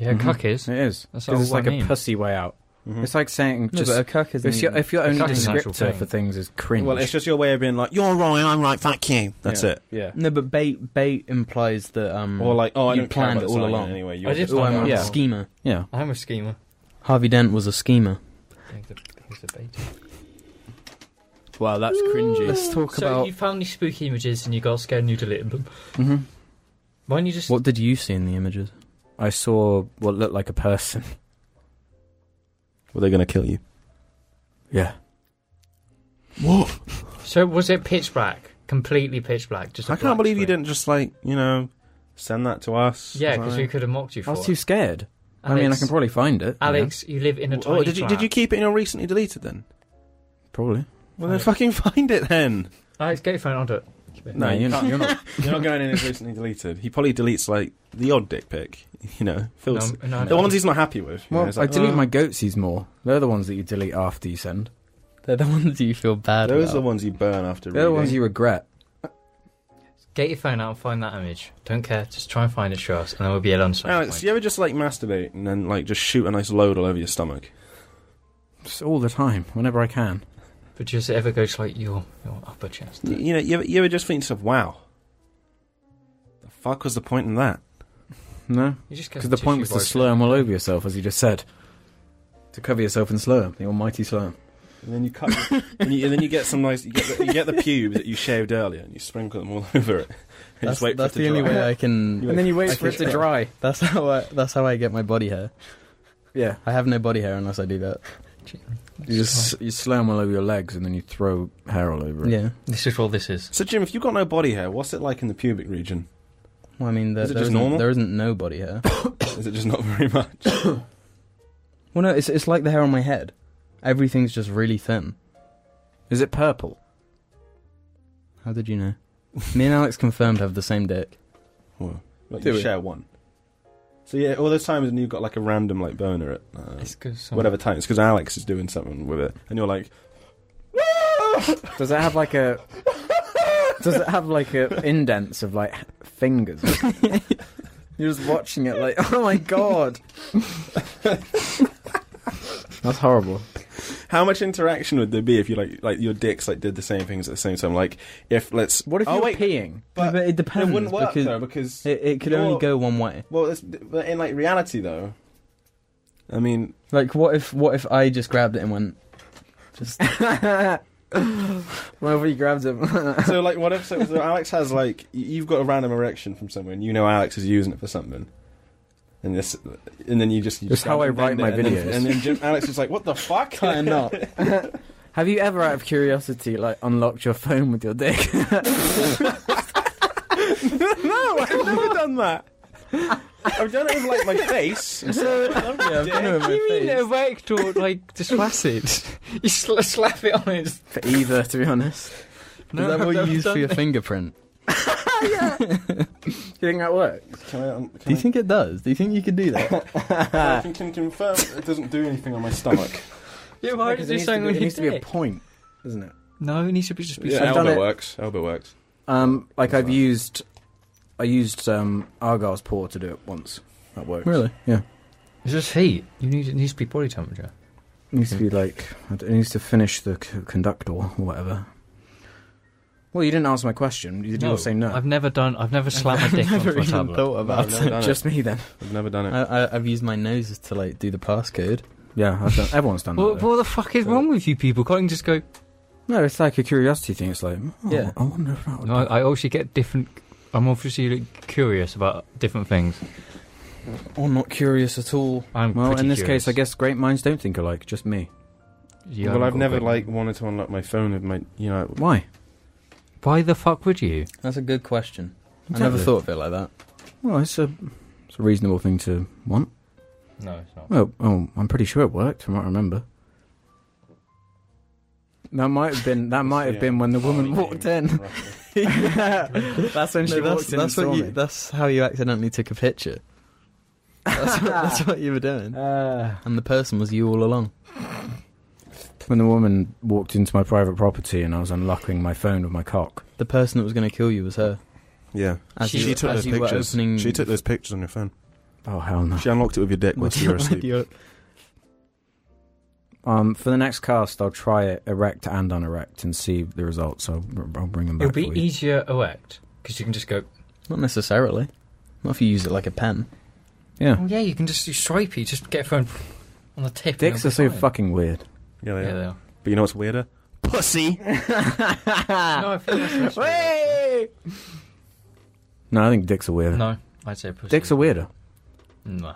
Speaker 5: Mm-hmm. yeah,
Speaker 3: Mhm.
Speaker 5: cuck is.
Speaker 3: It is.
Speaker 5: That's
Speaker 3: 'Cause
Speaker 5: all
Speaker 3: it's
Speaker 5: I
Speaker 3: like
Speaker 5: mean.
Speaker 3: a pussy way out.
Speaker 4: Mm. Mm-hmm.
Speaker 3: It's like saying
Speaker 6: No,
Speaker 3: just.
Speaker 6: but a cuck is.
Speaker 3: if, your, if your
Speaker 5: a
Speaker 3: only
Speaker 5: cuck is an actual
Speaker 3: descriptor
Speaker 5: thing.
Speaker 3: for things is cringe.
Speaker 4: Well, it's just your way of being like, you're wrong and I'm right, fuck you. That's
Speaker 3: Yeah.
Speaker 4: it.
Speaker 3: Yeah.
Speaker 6: No, but bait bait implies that um.
Speaker 4: Or like, oh, I
Speaker 6: You
Speaker 4: don't care
Speaker 6: planned
Speaker 4: about
Speaker 6: it
Speaker 4: this
Speaker 6: all
Speaker 4: argument
Speaker 6: along.
Speaker 4: anyway. You
Speaker 5: I
Speaker 4: were
Speaker 5: just
Speaker 6: oh,
Speaker 5: found
Speaker 6: I'm
Speaker 5: out.
Speaker 3: Yeah.
Speaker 6: a schemer.
Speaker 3: Yeah.
Speaker 5: I'm a schemer.
Speaker 6: Harvey Dent was a schemer.
Speaker 3: Wow, that's cringy.
Speaker 6: Let's talk
Speaker 5: so
Speaker 6: about
Speaker 5: you found these spooky images and you got scared and you deleted them.
Speaker 3: hmm
Speaker 5: Why don't you just
Speaker 6: what did you see in the images?
Speaker 3: I saw what looked like a person.
Speaker 4: Were they going to kill you?
Speaker 3: Yeah.
Speaker 4: What?
Speaker 5: So was it pitch black? Completely pitch black. Just. a
Speaker 4: I can't
Speaker 5: black
Speaker 4: believe you
Speaker 5: screen?
Speaker 4: didn't just like you know send that to us.
Speaker 5: Yeah,
Speaker 4: or
Speaker 5: because we
Speaker 4: something.
Speaker 5: could have mocked you for
Speaker 3: I was
Speaker 5: it.
Speaker 3: too scared. I mean, I
Speaker 5: Alex-
Speaker 3: can probably find it. you know?
Speaker 5: Alex, you live in a tiny
Speaker 4: Oh, did you did you
Speaker 5: flat.
Speaker 4: keep it in your recently deleted then?
Speaker 3: Probably.
Speaker 4: Well, then fucking find it then.
Speaker 5: Alex, get your phone onto it.
Speaker 3: No, you're not. You're not.
Speaker 4: You're not going in as recently deleted. He probably deletes like the odd dick pic, you know, fills
Speaker 5: No, no,
Speaker 4: the
Speaker 5: no.
Speaker 4: ones he's not happy with. you know,
Speaker 3: Well,
Speaker 4: it's
Speaker 3: I
Speaker 4: like,
Speaker 3: delete
Speaker 4: oh,
Speaker 3: my goatsies more. They're the ones that you delete after you send.
Speaker 6: They're the ones you feel bad
Speaker 4: Those are the
Speaker 6: about.
Speaker 4: ones you burn after.
Speaker 3: They're the ones
Speaker 4: reading.
Speaker 3: you regret.
Speaker 5: Get your phone out and find that image. Don't care. Just try and find it for us, and then we'll be at lunch.
Speaker 4: Alex, Oh, you ever just like masturbate and then like just shoot a nice load all over your stomach?
Speaker 3: Just all the time, whenever I can.
Speaker 5: But does it ever go to like your your upper chest?
Speaker 4: Y- You know, you ever, you ever just think to yourself, "Wow, the fuck was the point in that?"
Speaker 3: No?
Speaker 5: You just get
Speaker 3: Because the
Speaker 5: some
Speaker 3: point was
Speaker 5: tissue
Speaker 3: to slurm all over yourself, as you just said. To cover yourself in slurm, the almighty slurm.
Speaker 4: And then you cut, your- and, you, and then you get some nice, you get, the, you get the pubes that you shaved earlier, and you sprinkle them all over it. And
Speaker 6: That's,
Speaker 4: just wait
Speaker 6: that's
Speaker 4: for it
Speaker 6: the
Speaker 4: to
Speaker 6: only
Speaker 4: dry.
Speaker 6: way I can.
Speaker 4: And then
Speaker 3: you
Speaker 6: I for it to dry. That's how I. That's how I get my body hair.
Speaker 3: Yeah.
Speaker 6: I have no body hair unless I do that.
Speaker 3: You just you slam all over your legs and then you throw hair all over it.
Speaker 6: Yeah.
Speaker 5: This is what this is.
Speaker 4: So Jim, if you've got no body hair, what's it like in the pubic region?
Speaker 6: Well, I mean, there,
Speaker 4: Is it
Speaker 6: there
Speaker 4: just
Speaker 6: isn't-
Speaker 4: normal?
Speaker 6: There isn't no body hair.
Speaker 4: Is it just not very much?
Speaker 6: well, no, it's it's like the hair on my head. Everything's just really thin.
Speaker 3: Is it purple?
Speaker 6: How did you know? Me and Alex confirmed have the same dick.
Speaker 4: Well, like
Speaker 6: Do
Speaker 4: you
Speaker 6: it.
Speaker 4: share one. So yeah, all those times when you've got like a random like boner at uh,
Speaker 5: It's good. some-
Speaker 4: whatever time, it's because Alex is doing something with it, and you're like,
Speaker 3: Does it have like a Does it have like a indents of like fingers? You're just watching it like, oh my god. That's horrible.
Speaker 4: how much interaction would there be if you like like your dicks like did the same things at the same time? Like if let's
Speaker 3: What if
Speaker 4: oh,
Speaker 3: you're
Speaker 4: wait,
Speaker 3: peeing?
Speaker 4: but,
Speaker 6: it depends
Speaker 4: it wouldn't work
Speaker 6: because
Speaker 4: though because
Speaker 6: it, it could
Speaker 4: you're-
Speaker 6: only go one way.
Speaker 4: well, it's, but in like reality though, I mean,
Speaker 6: Like, what if what if I just grabbed it and went? Just
Speaker 3: Well, if he grabs it,
Speaker 4: so like what if so, so Alex has like y- you've got a random erection from somewhere and you know Alex is using it for something. And this, and then you just. You
Speaker 3: It's how I write
Speaker 4: bend it,
Speaker 3: my
Speaker 4: and then-
Speaker 3: videos.
Speaker 4: And then Jim, Alex is like, "What the fuck?"
Speaker 6: kind of not.
Speaker 3: have you ever, out of curiosity, like unlocked your phone with your dick?
Speaker 4: No, I've never done that. I've done it with like my face. and stuff.
Speaker 6: yeah, I've done it with my
Speaker 5: You mean
Speaker 6: face.
Speaker 5: erect or like just flaccid? you sl- slap it on his.
Speaker 3: For either, to be honest.
Speaker 6: Is that
Speaker 5: I've
Speaker 6: what you
Speaker 5: never
Speaker 6: use for
Speaker 5: done
Speaker 6: your
Speaker 5: that.
Speaker 6: fingerprint?
Speaker 3: Do you think that works?
Speaker 4: Can I, um, can
Speaker 6: Do you
Speaker 4: I-
Speaker 6: think it does? Do you think you could do that?
Speaker 4: I can, can confirm it doesn't do anything on my stomach.
Speaker 5: Yeah, why is this saying
Speaker 3: it
Speaker 5: when you
Speaker 3: needs to be a
Speaker 5: dick?
Speaker 3: point, isn't it?
Speaker 5: No, it needs to be just be.
Speaker 3: Yeah, I've done it.
Speaker 4: works. Elbow works.
Speaker 3: Um, like I've
Speaker 4: Fine.
Speaker 3: used, I used um, Argyle's paw to do it once. That worked.
Speaker 6: really? Yeah.
Speaker 5: It's just heat. You need it needs to be body temperature.
Speaker 3: It needs to be like it needs to finish the c- conductor or whatever. Well, you didn't answer my question. You didn't say no.
Speaker 5: I've never done. I've never slammed a dick
Speaker 6: Never
Speaker 5: onto a
Speaker 6: even
Speaker 5: tablet.
Speaker 6: thought about
Speaker 4: No,
Speaker 6: it.
Speaker 4: I've never done
Speaker 3: Just me then.
Speaker 4: I've never done
Speaker 6: I, I, I've used my nose to like do the passcode.
Speaker 3: Yeah, I've done, everyone's done
Speaker 5: What,
Speaker 3: that. though.
Speaker 5: what the fuck is wrong with you people? Can't you just go?
Speaker 3: No, it's like a curiosity thing. It's like, oh,
Speaker 6: Yeah.
Speaker 3: I wonder if that would.
Speaker 5: No, I, I also get different. I'm obviously like, curious about different things.
Speaker 6: Or not curious at all.
Speaker 5: I'm
Speaker 3: well,
Speaker 5: pretty
Speaker 3: in this
Speaker 5: curious.
Speaker 3: case, I guess great minds don't think alike. Just me.
Speaker 5: You
Speaker 4: well,
Speaker 5: haven't
Speaker 4: I've
Speaker 5: got
Speaker 4: never
Speaker 5: good-
Speaker 4: like wanted to unlock my phone with my, you know.
Speaker 3: Why?
Speaker 5: Why the fuck would you?
Speaker 6: That's a good question. I never
Speaker 3: Exactly.
Speaker 6: thought of it like that.
Speaker 3: Well, it's a, it's a reasonable thing to want.
Speaker 5: No, it's not.
Speaker 3: Well, oh, I'm pretty sure it worked from what I remember. That might have been that might have
Speaker 4: Yeah. Oh,
Speaker 3: been when the woman walked in. that's when she
Speaker 6: No,
Speaker 3: walked in.
Speaker 6: that's that's
Speaker 3: and
Speaker 6: what
Speaker 3: saw
Speaker 6: you.
Speaker 3: me.
Speaker 6: That's how you accidentally took a picture. That's what, that's what you were doing.
Speaker 3: Ah.
Speaker 6: And the person was you all along.
Speaker 3: when the woman walked into my private property and I was unlocking my phone with my cock.
Speaker 6: The person that was going to kill you was her.
Speaker 4: Yeah,
Speaker 6: As
Speaker 5: She-
Speaker 6: you,
Speaker 5: She
Speaker 4: took
Speaker 6: as
Speaker 4: those
Speaker 6: you were
Speaker 4: pictures.
Speaker 6: opening-
Speaker 4: she took those pictures on your phone.
Speaker 3: Oh hell no!
Speaker 4: She unlocked it with your dick whilst
Speaker 6: with
Speaker 4: you were
Speaker 6: your,
Speaker 4: asleep.
Speaker 6: with your
Speaker 3: Um, for the next cast, I'll try it erect and unerect and see the results. I'll, I'll bring them back.
Speaker 5: It'll be
Speaker 3: for you.
Speaker 5: easier erect because you can just go.
Speaker 6: Not necessarily. Not if you use it like a pen.
Speaker 3: Yeah,
Speaker 5: Oh yeah, you can just do stripey. Just get a phone on the tip. and
Speaker 3: dicks
Speaker 5: it'll
Speaker 3: are
Speaker 5: be
Speaker 3: so
Speaker 5: fine.
Speaker 3: fucking weird.
Speaker 4: Yeah, they
Speaker 5: Yeah,
Speaker 4: are.
Speaker 5: they are.
Speaker 4: But you know what's weirder?
Speaker 5: No,
Speaker 4: Pussy.
Speaker 5: I think that's
Speaker 3: No, I think dicks are weirder.
Speaker 5: No, I'd say pussy.
Speaker 3: Dicks are weirder.
Speaker 5: No.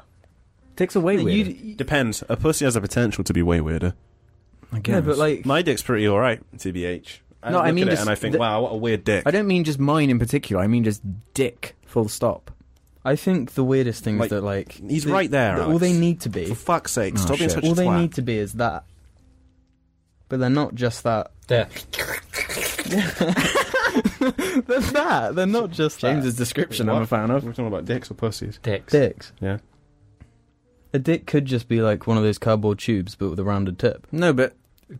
Speaker 3: Takes away
Speaker 6: No,
Speaker 3: with
Speaker 6: you-
Speaker 3: it.
Speaker 6: you-
Speaker 4: Depends. A pussy has the potential to be way weirder.
Speaker 3: I guess.
Speaker 6: yeah, but like,
Speaker 4: My dick's pretty alright, TBH. I
Speaker 3: No,
Speaker 4: look
Speaker 3: I mean
Speaker 4: at it
Speaker 3: just
Speaker 4: and I think,
Speaker 3: the-
Speaker 4: wow, what a weird dick.
Speaker 3: I don't mean just mine in particular. I mean just dick. Full stop.
Speaker 6: I think the weirdest thing
Speaker 4: Like,
Speaker 6: is that like
Speaker 4: he's
Speaker 6: they-
Speaker 4: right there,
Speaker 6: that All they
Speaker 4: Alex.
Speaker 6: need to be,
Speaker 4: For fuck's sake,
Speaker 3: Oh,
Speaker 4: stop being
Speaker 3: shit.
Speaker 4: such a
Speaker 6: all they
Speaker 4: twat.
Speaker 6: need to be is that. But they're not just that.
Speaker 5: There.
Speaker 6: They're that. They're not just that.
Speaker 3: James's description
Speaker 4: What?
Speaker 3: I'm a fan
Speaker 4: We're
Speaker 3: of.
Speaker 4: talking about dicks or pussies.
Speaker 5: Dicks.
Speaker 6: dicks.
Speaker 4: Yeah.
Speaker 6: A dick could just be like one of those cardboard tubes, but with a rounded tip.
Speaker 3: No, but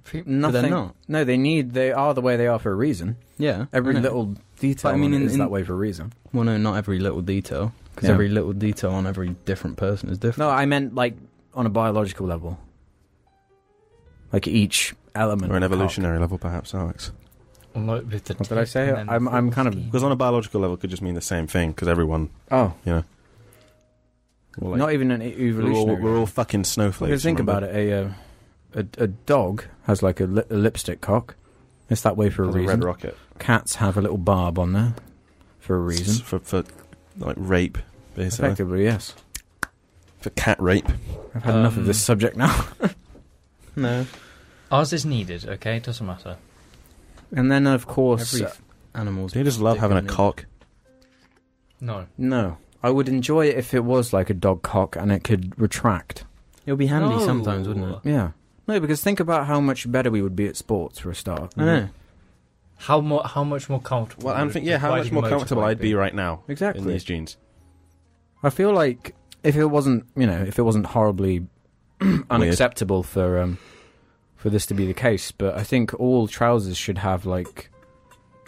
Speaker 5: Pe-
Speaker 6: But
Speaker 3: nothing.
Speaker 6: they're not.
Speaker 3: No, they need. They are the way they are for a reason.
Speaker 6: Yeah.
Speaker 3: Every
Speaker 6: I know.
Speaker 3: little detail
Speaker 6: But
Speaker 3: I
Speaker 6: I mean,
Speaker 3: mean,
Speaker 6: in-
Speaker 3: is
Speaker 6: in-
Speaker 3: that way for a reason.
Speaker 6: Well, no, not every little detail, because
Speaker 3: Yeah.
Speaker 6: every little detail on every different person is
Speaker 3: No,
Speaker 6: different.
Speaker 3: I meant like on a biological level. Like each element.
Speaker 4: Or an
Speaker 3: of cock.
Speaker 4: evolutionary level, perhaps, Alex.
Speaker 5: Like with the
Speaker 3: What did I say?
Speaker 5: and then
Speaker 3: I'm-
Speaker 5: the
Speaker 3: I'm kind of-
Speaker 5: fucking-
Speaker 4: Because on a biological level, it could just mean the same thing, because everyone,
Speaker 3: Oh,
Speaker 4: well, like,
Speaker 3: not even an e-,
Speaker 4: we're, all,
Speaker 3: evolutionary.
Speaker 4: we're all fucking snowflakes.
Speaker 3: Because think about
Speaker 4: remember?
Speaker 3: it, a, uh, a a dog has like a, li- a lipstick cock. It's that way for a
Speaker 4: Because of Red
Speaker 3: reason.
Speaker 4: Rocket.
Speaker 3: Cats have a little barb on there for a reason.
Speaker 4: For, for, like, rape, basically.
Speaker 3: Effectively, yes.
Speaker 4: For cat rape.
Speaker 3: I've had enough of this
Speaker 5: Um,
Speaker 3: subject now.
Speaker 6: No.
Speaker 5: Ours is needed, okay? Doesn't matter.
Speaker 3: And then, of course,
Speaker 6: Every
Speaker 3: uh,
Speaker 6: f- animal's.
Speaker 4: Do you just love
Speaker 6: dick
Speaker 4: having a
Speaker 6: on it.
Speaker 4: cock?
Speaker 5: No.
Speaker 3: no. I would enjoy it if it was like a dog cock and it could retract.
Speaker 6: It would be handy
Speaker 5: No.
Speaker 6: sometimes, wouldn't it?
Speaker 3: Yeah. No, because think about how much better we would be at sports for a start. Mm-hmm.
Speaker 6: I know.
Speaker 5: How more? How much more comfortable?
Speaker 4: Well, I'm
Speaker 5: would-
Speaker 4: thinking, yeah, how
Speaker 5: why
Speaker 4: much
Speaker 5: did
Speaker 4: more
Speaker 5: motorbike
Speaker 4: comfortable I'd be right now in
Speaker 3: Exactly.
Speaker 4: these jeans.
Speaker 3: I feel like if it wasn't, you know, if it wasn't horribly unacceptable for um, for this to be the case, but I think all trousers should have like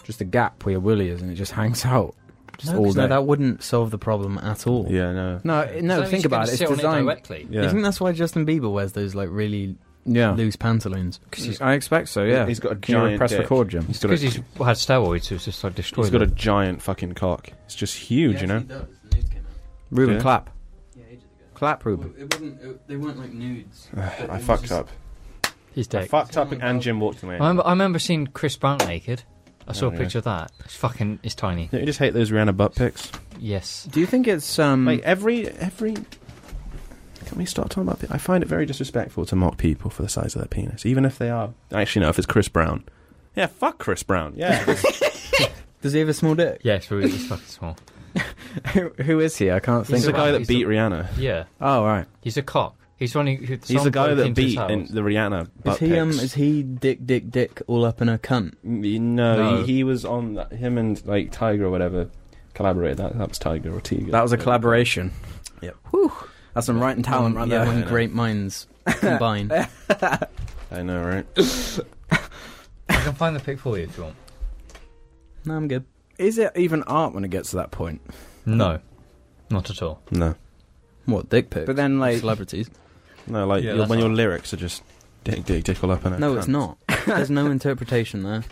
Speaker 3: just a gap where your willy is, and it just hangs out just
Speaker 6: No,
Speaker 3: all
Speaker 6: 'cause no,
Speaker 3: day.
Speaker 6: that wouldn't solve the problem at all.
Speaker 4: Yeah, no.
Speaker 3: no, no,
Speaker 5: So he's
Speaker 3: think
Speaker 5: gonna
Speaker 3: about it. It's
Speaker 5: sit on
Speaker 3: designed.
Speaker 5: directly.
Speaker 6: You
Speaker 4: Yeah.
Speaker 6: think that's why Justin Bieber wears those like really
Speaker 3: yeah,
Speaker 6: loose pantaloons?
Speaker 3: I expect so. Yeah,
Speaker 4: He's got a
Speaker 3: Can you
Speaker 4: giant
Speaker 3: press
Speaker 4: dick.
Speaker 3: record, Jim?
Speaker 4: He's got a-
Speaker 5: Because he's had steroids, so it's just like destroyed.
Speaker 4: He's got a
Speaker 5: him.
Speaker 4: giant fucking cock. It's just huge, you know.
Speaker 3: Ruben,
Speaker 4: Yeah.
Speaker 3: clap, clap, Ruben.
Speaker 6: it wasn't. they weren't like nudes.
Speaker 4: I fucked up.
Speaker 5: He's
Speaker 4: I
Speaker 5: dead.
Speaker 4: fucked up, and Jim walked away.
Speaker 5: I remember, I remember seeing Chris Brown naked. I saw
Speaker 4: Oh,
Speaker 5: a
Speaker 4: yeah.
Speaker 5: picture of that. It's fucking. It's tiny.
Speaker 4: Don't you just hate those Rihanna butt pics?
Speaker 5: Yes.
Speaker 3: Do you think it's um?
Speaker 4: Like every every. Can we start talking about? pe- I find it very disrespectful to mock people for the size of their penis, even if they are. Actually, no. If it's Chris Brown, yeah, fuck Chris Brown. Yeah,
Speaker 6: Does he have a small dick?
Speaker 5: Yes, but it's fucking small.
Speaker 3: who, who is he? I can't think.
Speaker 4: he's
Speaker 5: He's
Speaker 4: the
Speaker 5: a-
Speaker 3: of
Speaker 4: guy that
Speaker 5: he's
Speaker 4: beat
Speaker 5: a-
Speaker 4: Rihanna.
Speaker 5: Yeah.
Speaker 3: Oh right.
Speaker 5: He's a cock. He's running. who-
Speaker 4: He's
Speaker 5: someone
Speaker 4: the guy
Speaker 5: broke
Speaker 4: that
Speaker 5: into his
Speaker 4: beat
Speaker 5: house.
Speaker 4: in the Rihanna
Speaker 6: Is
Speaker 4: butt
Speaker 6: he um?
Speaker 4: pics.
Speaker 6: Is he dick, dick, dick all up in a cunt?
Speaker 4: Mm, No,
Speaker 5: No.
Speaker 4: He, he was on that- him and like Tiger or whatever collaborated. That that was Tiger or Tiger.
Speaker 3: That was a collaboration.
Speaker 4: Yep.
Speaker 3: Whew. That's some writing talent right
Speaker 6: Um, yeah,
Speaker 3: there.
Speaker 6: when
Speaker 4: Yeah, I know.
Speaker 6: great minds combine.
Speaker 4: I know, right?
Speaker 5: I can find the pic for you if you want.
Speaker 6: no, I'm good.
Speaker 3: Is it even art when it gets to that point?
Speaker 5: No, not at all.
Speaker 4: No,
Speaker 6: What dick pic?
Speaker 3: But then, like,
Speaker 6: celebrities.
Speaker 4: no. Like
Speaker 5: Yeah,
Speaker 4: your,
Speaker 5: that's
Speaker 4: when your
Speaker 5: not-
Speaker 4: lyrics are just dick, dick, dick all up in it.
Speaker 6: No, it's not. There's no interpretation there.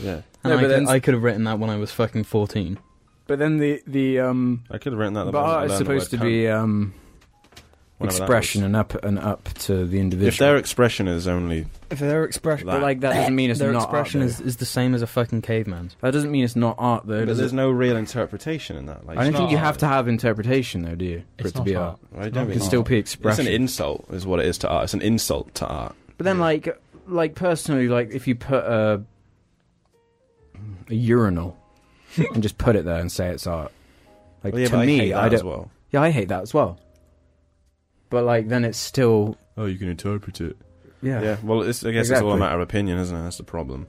Speaker 4: Yeah,
Speaker 3: No,
Speaker 6: And I,
Speaker 3: but
Speaker 6: could,
Speaker 3: then-
Speaker 6: I could have written that when I was fucking 14.
Speaker 4: Oh,
Speaker 3: But then the the um,
Speaker 4: I could have written that. the
Speaker 3: but
Speaker 4: moment I
Speaker 3: art is
Speaker 4: learned the
Speaker 3: supposed to
Speaker 4: word
Speaker 3: be um,
Speaker 4: cunt, whenever that
Speaker 3: expression
Speaker 4: was.
Speaker 3: and up and up to the
Speaker 4: If their
Speaker 3: individual.
Speaker 4: expression is only
Speaker 6: If their expression,
Speaker 3: but like that doesn't mean it's
Speaker 6: their
Speaker 3: not
Speaker 6: expression
Speaker 3: art.
Speaker 6: is, is the same as a fucking caveman's.
Speaker 3: though. that doesn't mean it's not art though.
Speaker 4: But
Speaker 3: does
Speaker 4: there's
Speaker 3: it?
Speaker 4: no real interpretation in that. Like,
Speaker 3: I don't
Speaker 5: It's
Speaker 3: think
Speaker 5: not
Speaker 3: you
Speaker 5: art.
Speaker 3: have to have interpretation though, do you? For
Speaker 5: It's
Speaker 3: it to
Speaker 5: not
Speaker 3: be
Speaker 5: art.
Speaker 3: art.
Speaker 4: I
Speaker 5: not
Speaker 4: don't
Speaker 3: It
Speaker 4: think
Speaker 3: can
Speaker 5: art.
Speaker 3: still be
Speaker 4: It's
Speaker 3: expression.
Speaker 4: an insult, is what it is to art. It's an insult to art.
Speaker 3: but then, like, like personally, like if you put a a urinal and just put it there and say it's art, like
Speaker 4: Well, yeah,
Speaker 3: to
Speaker 4: but
Speaker 3: me,
Speaker 4: I, hate that
Speaker 3: I don't.
Speaker 4: as well.
Speaker 3: Yeah, I hate that as well. But like, then it's still
Speaker 4: Oh, you can interpret it.
Speaker 3: yeah.
Speaker 4: Yeah. Well, it's, I guess it's all a
Speaker 3: Exactly.
Speaker 4: matter of opinion, isn't it? That's the problem.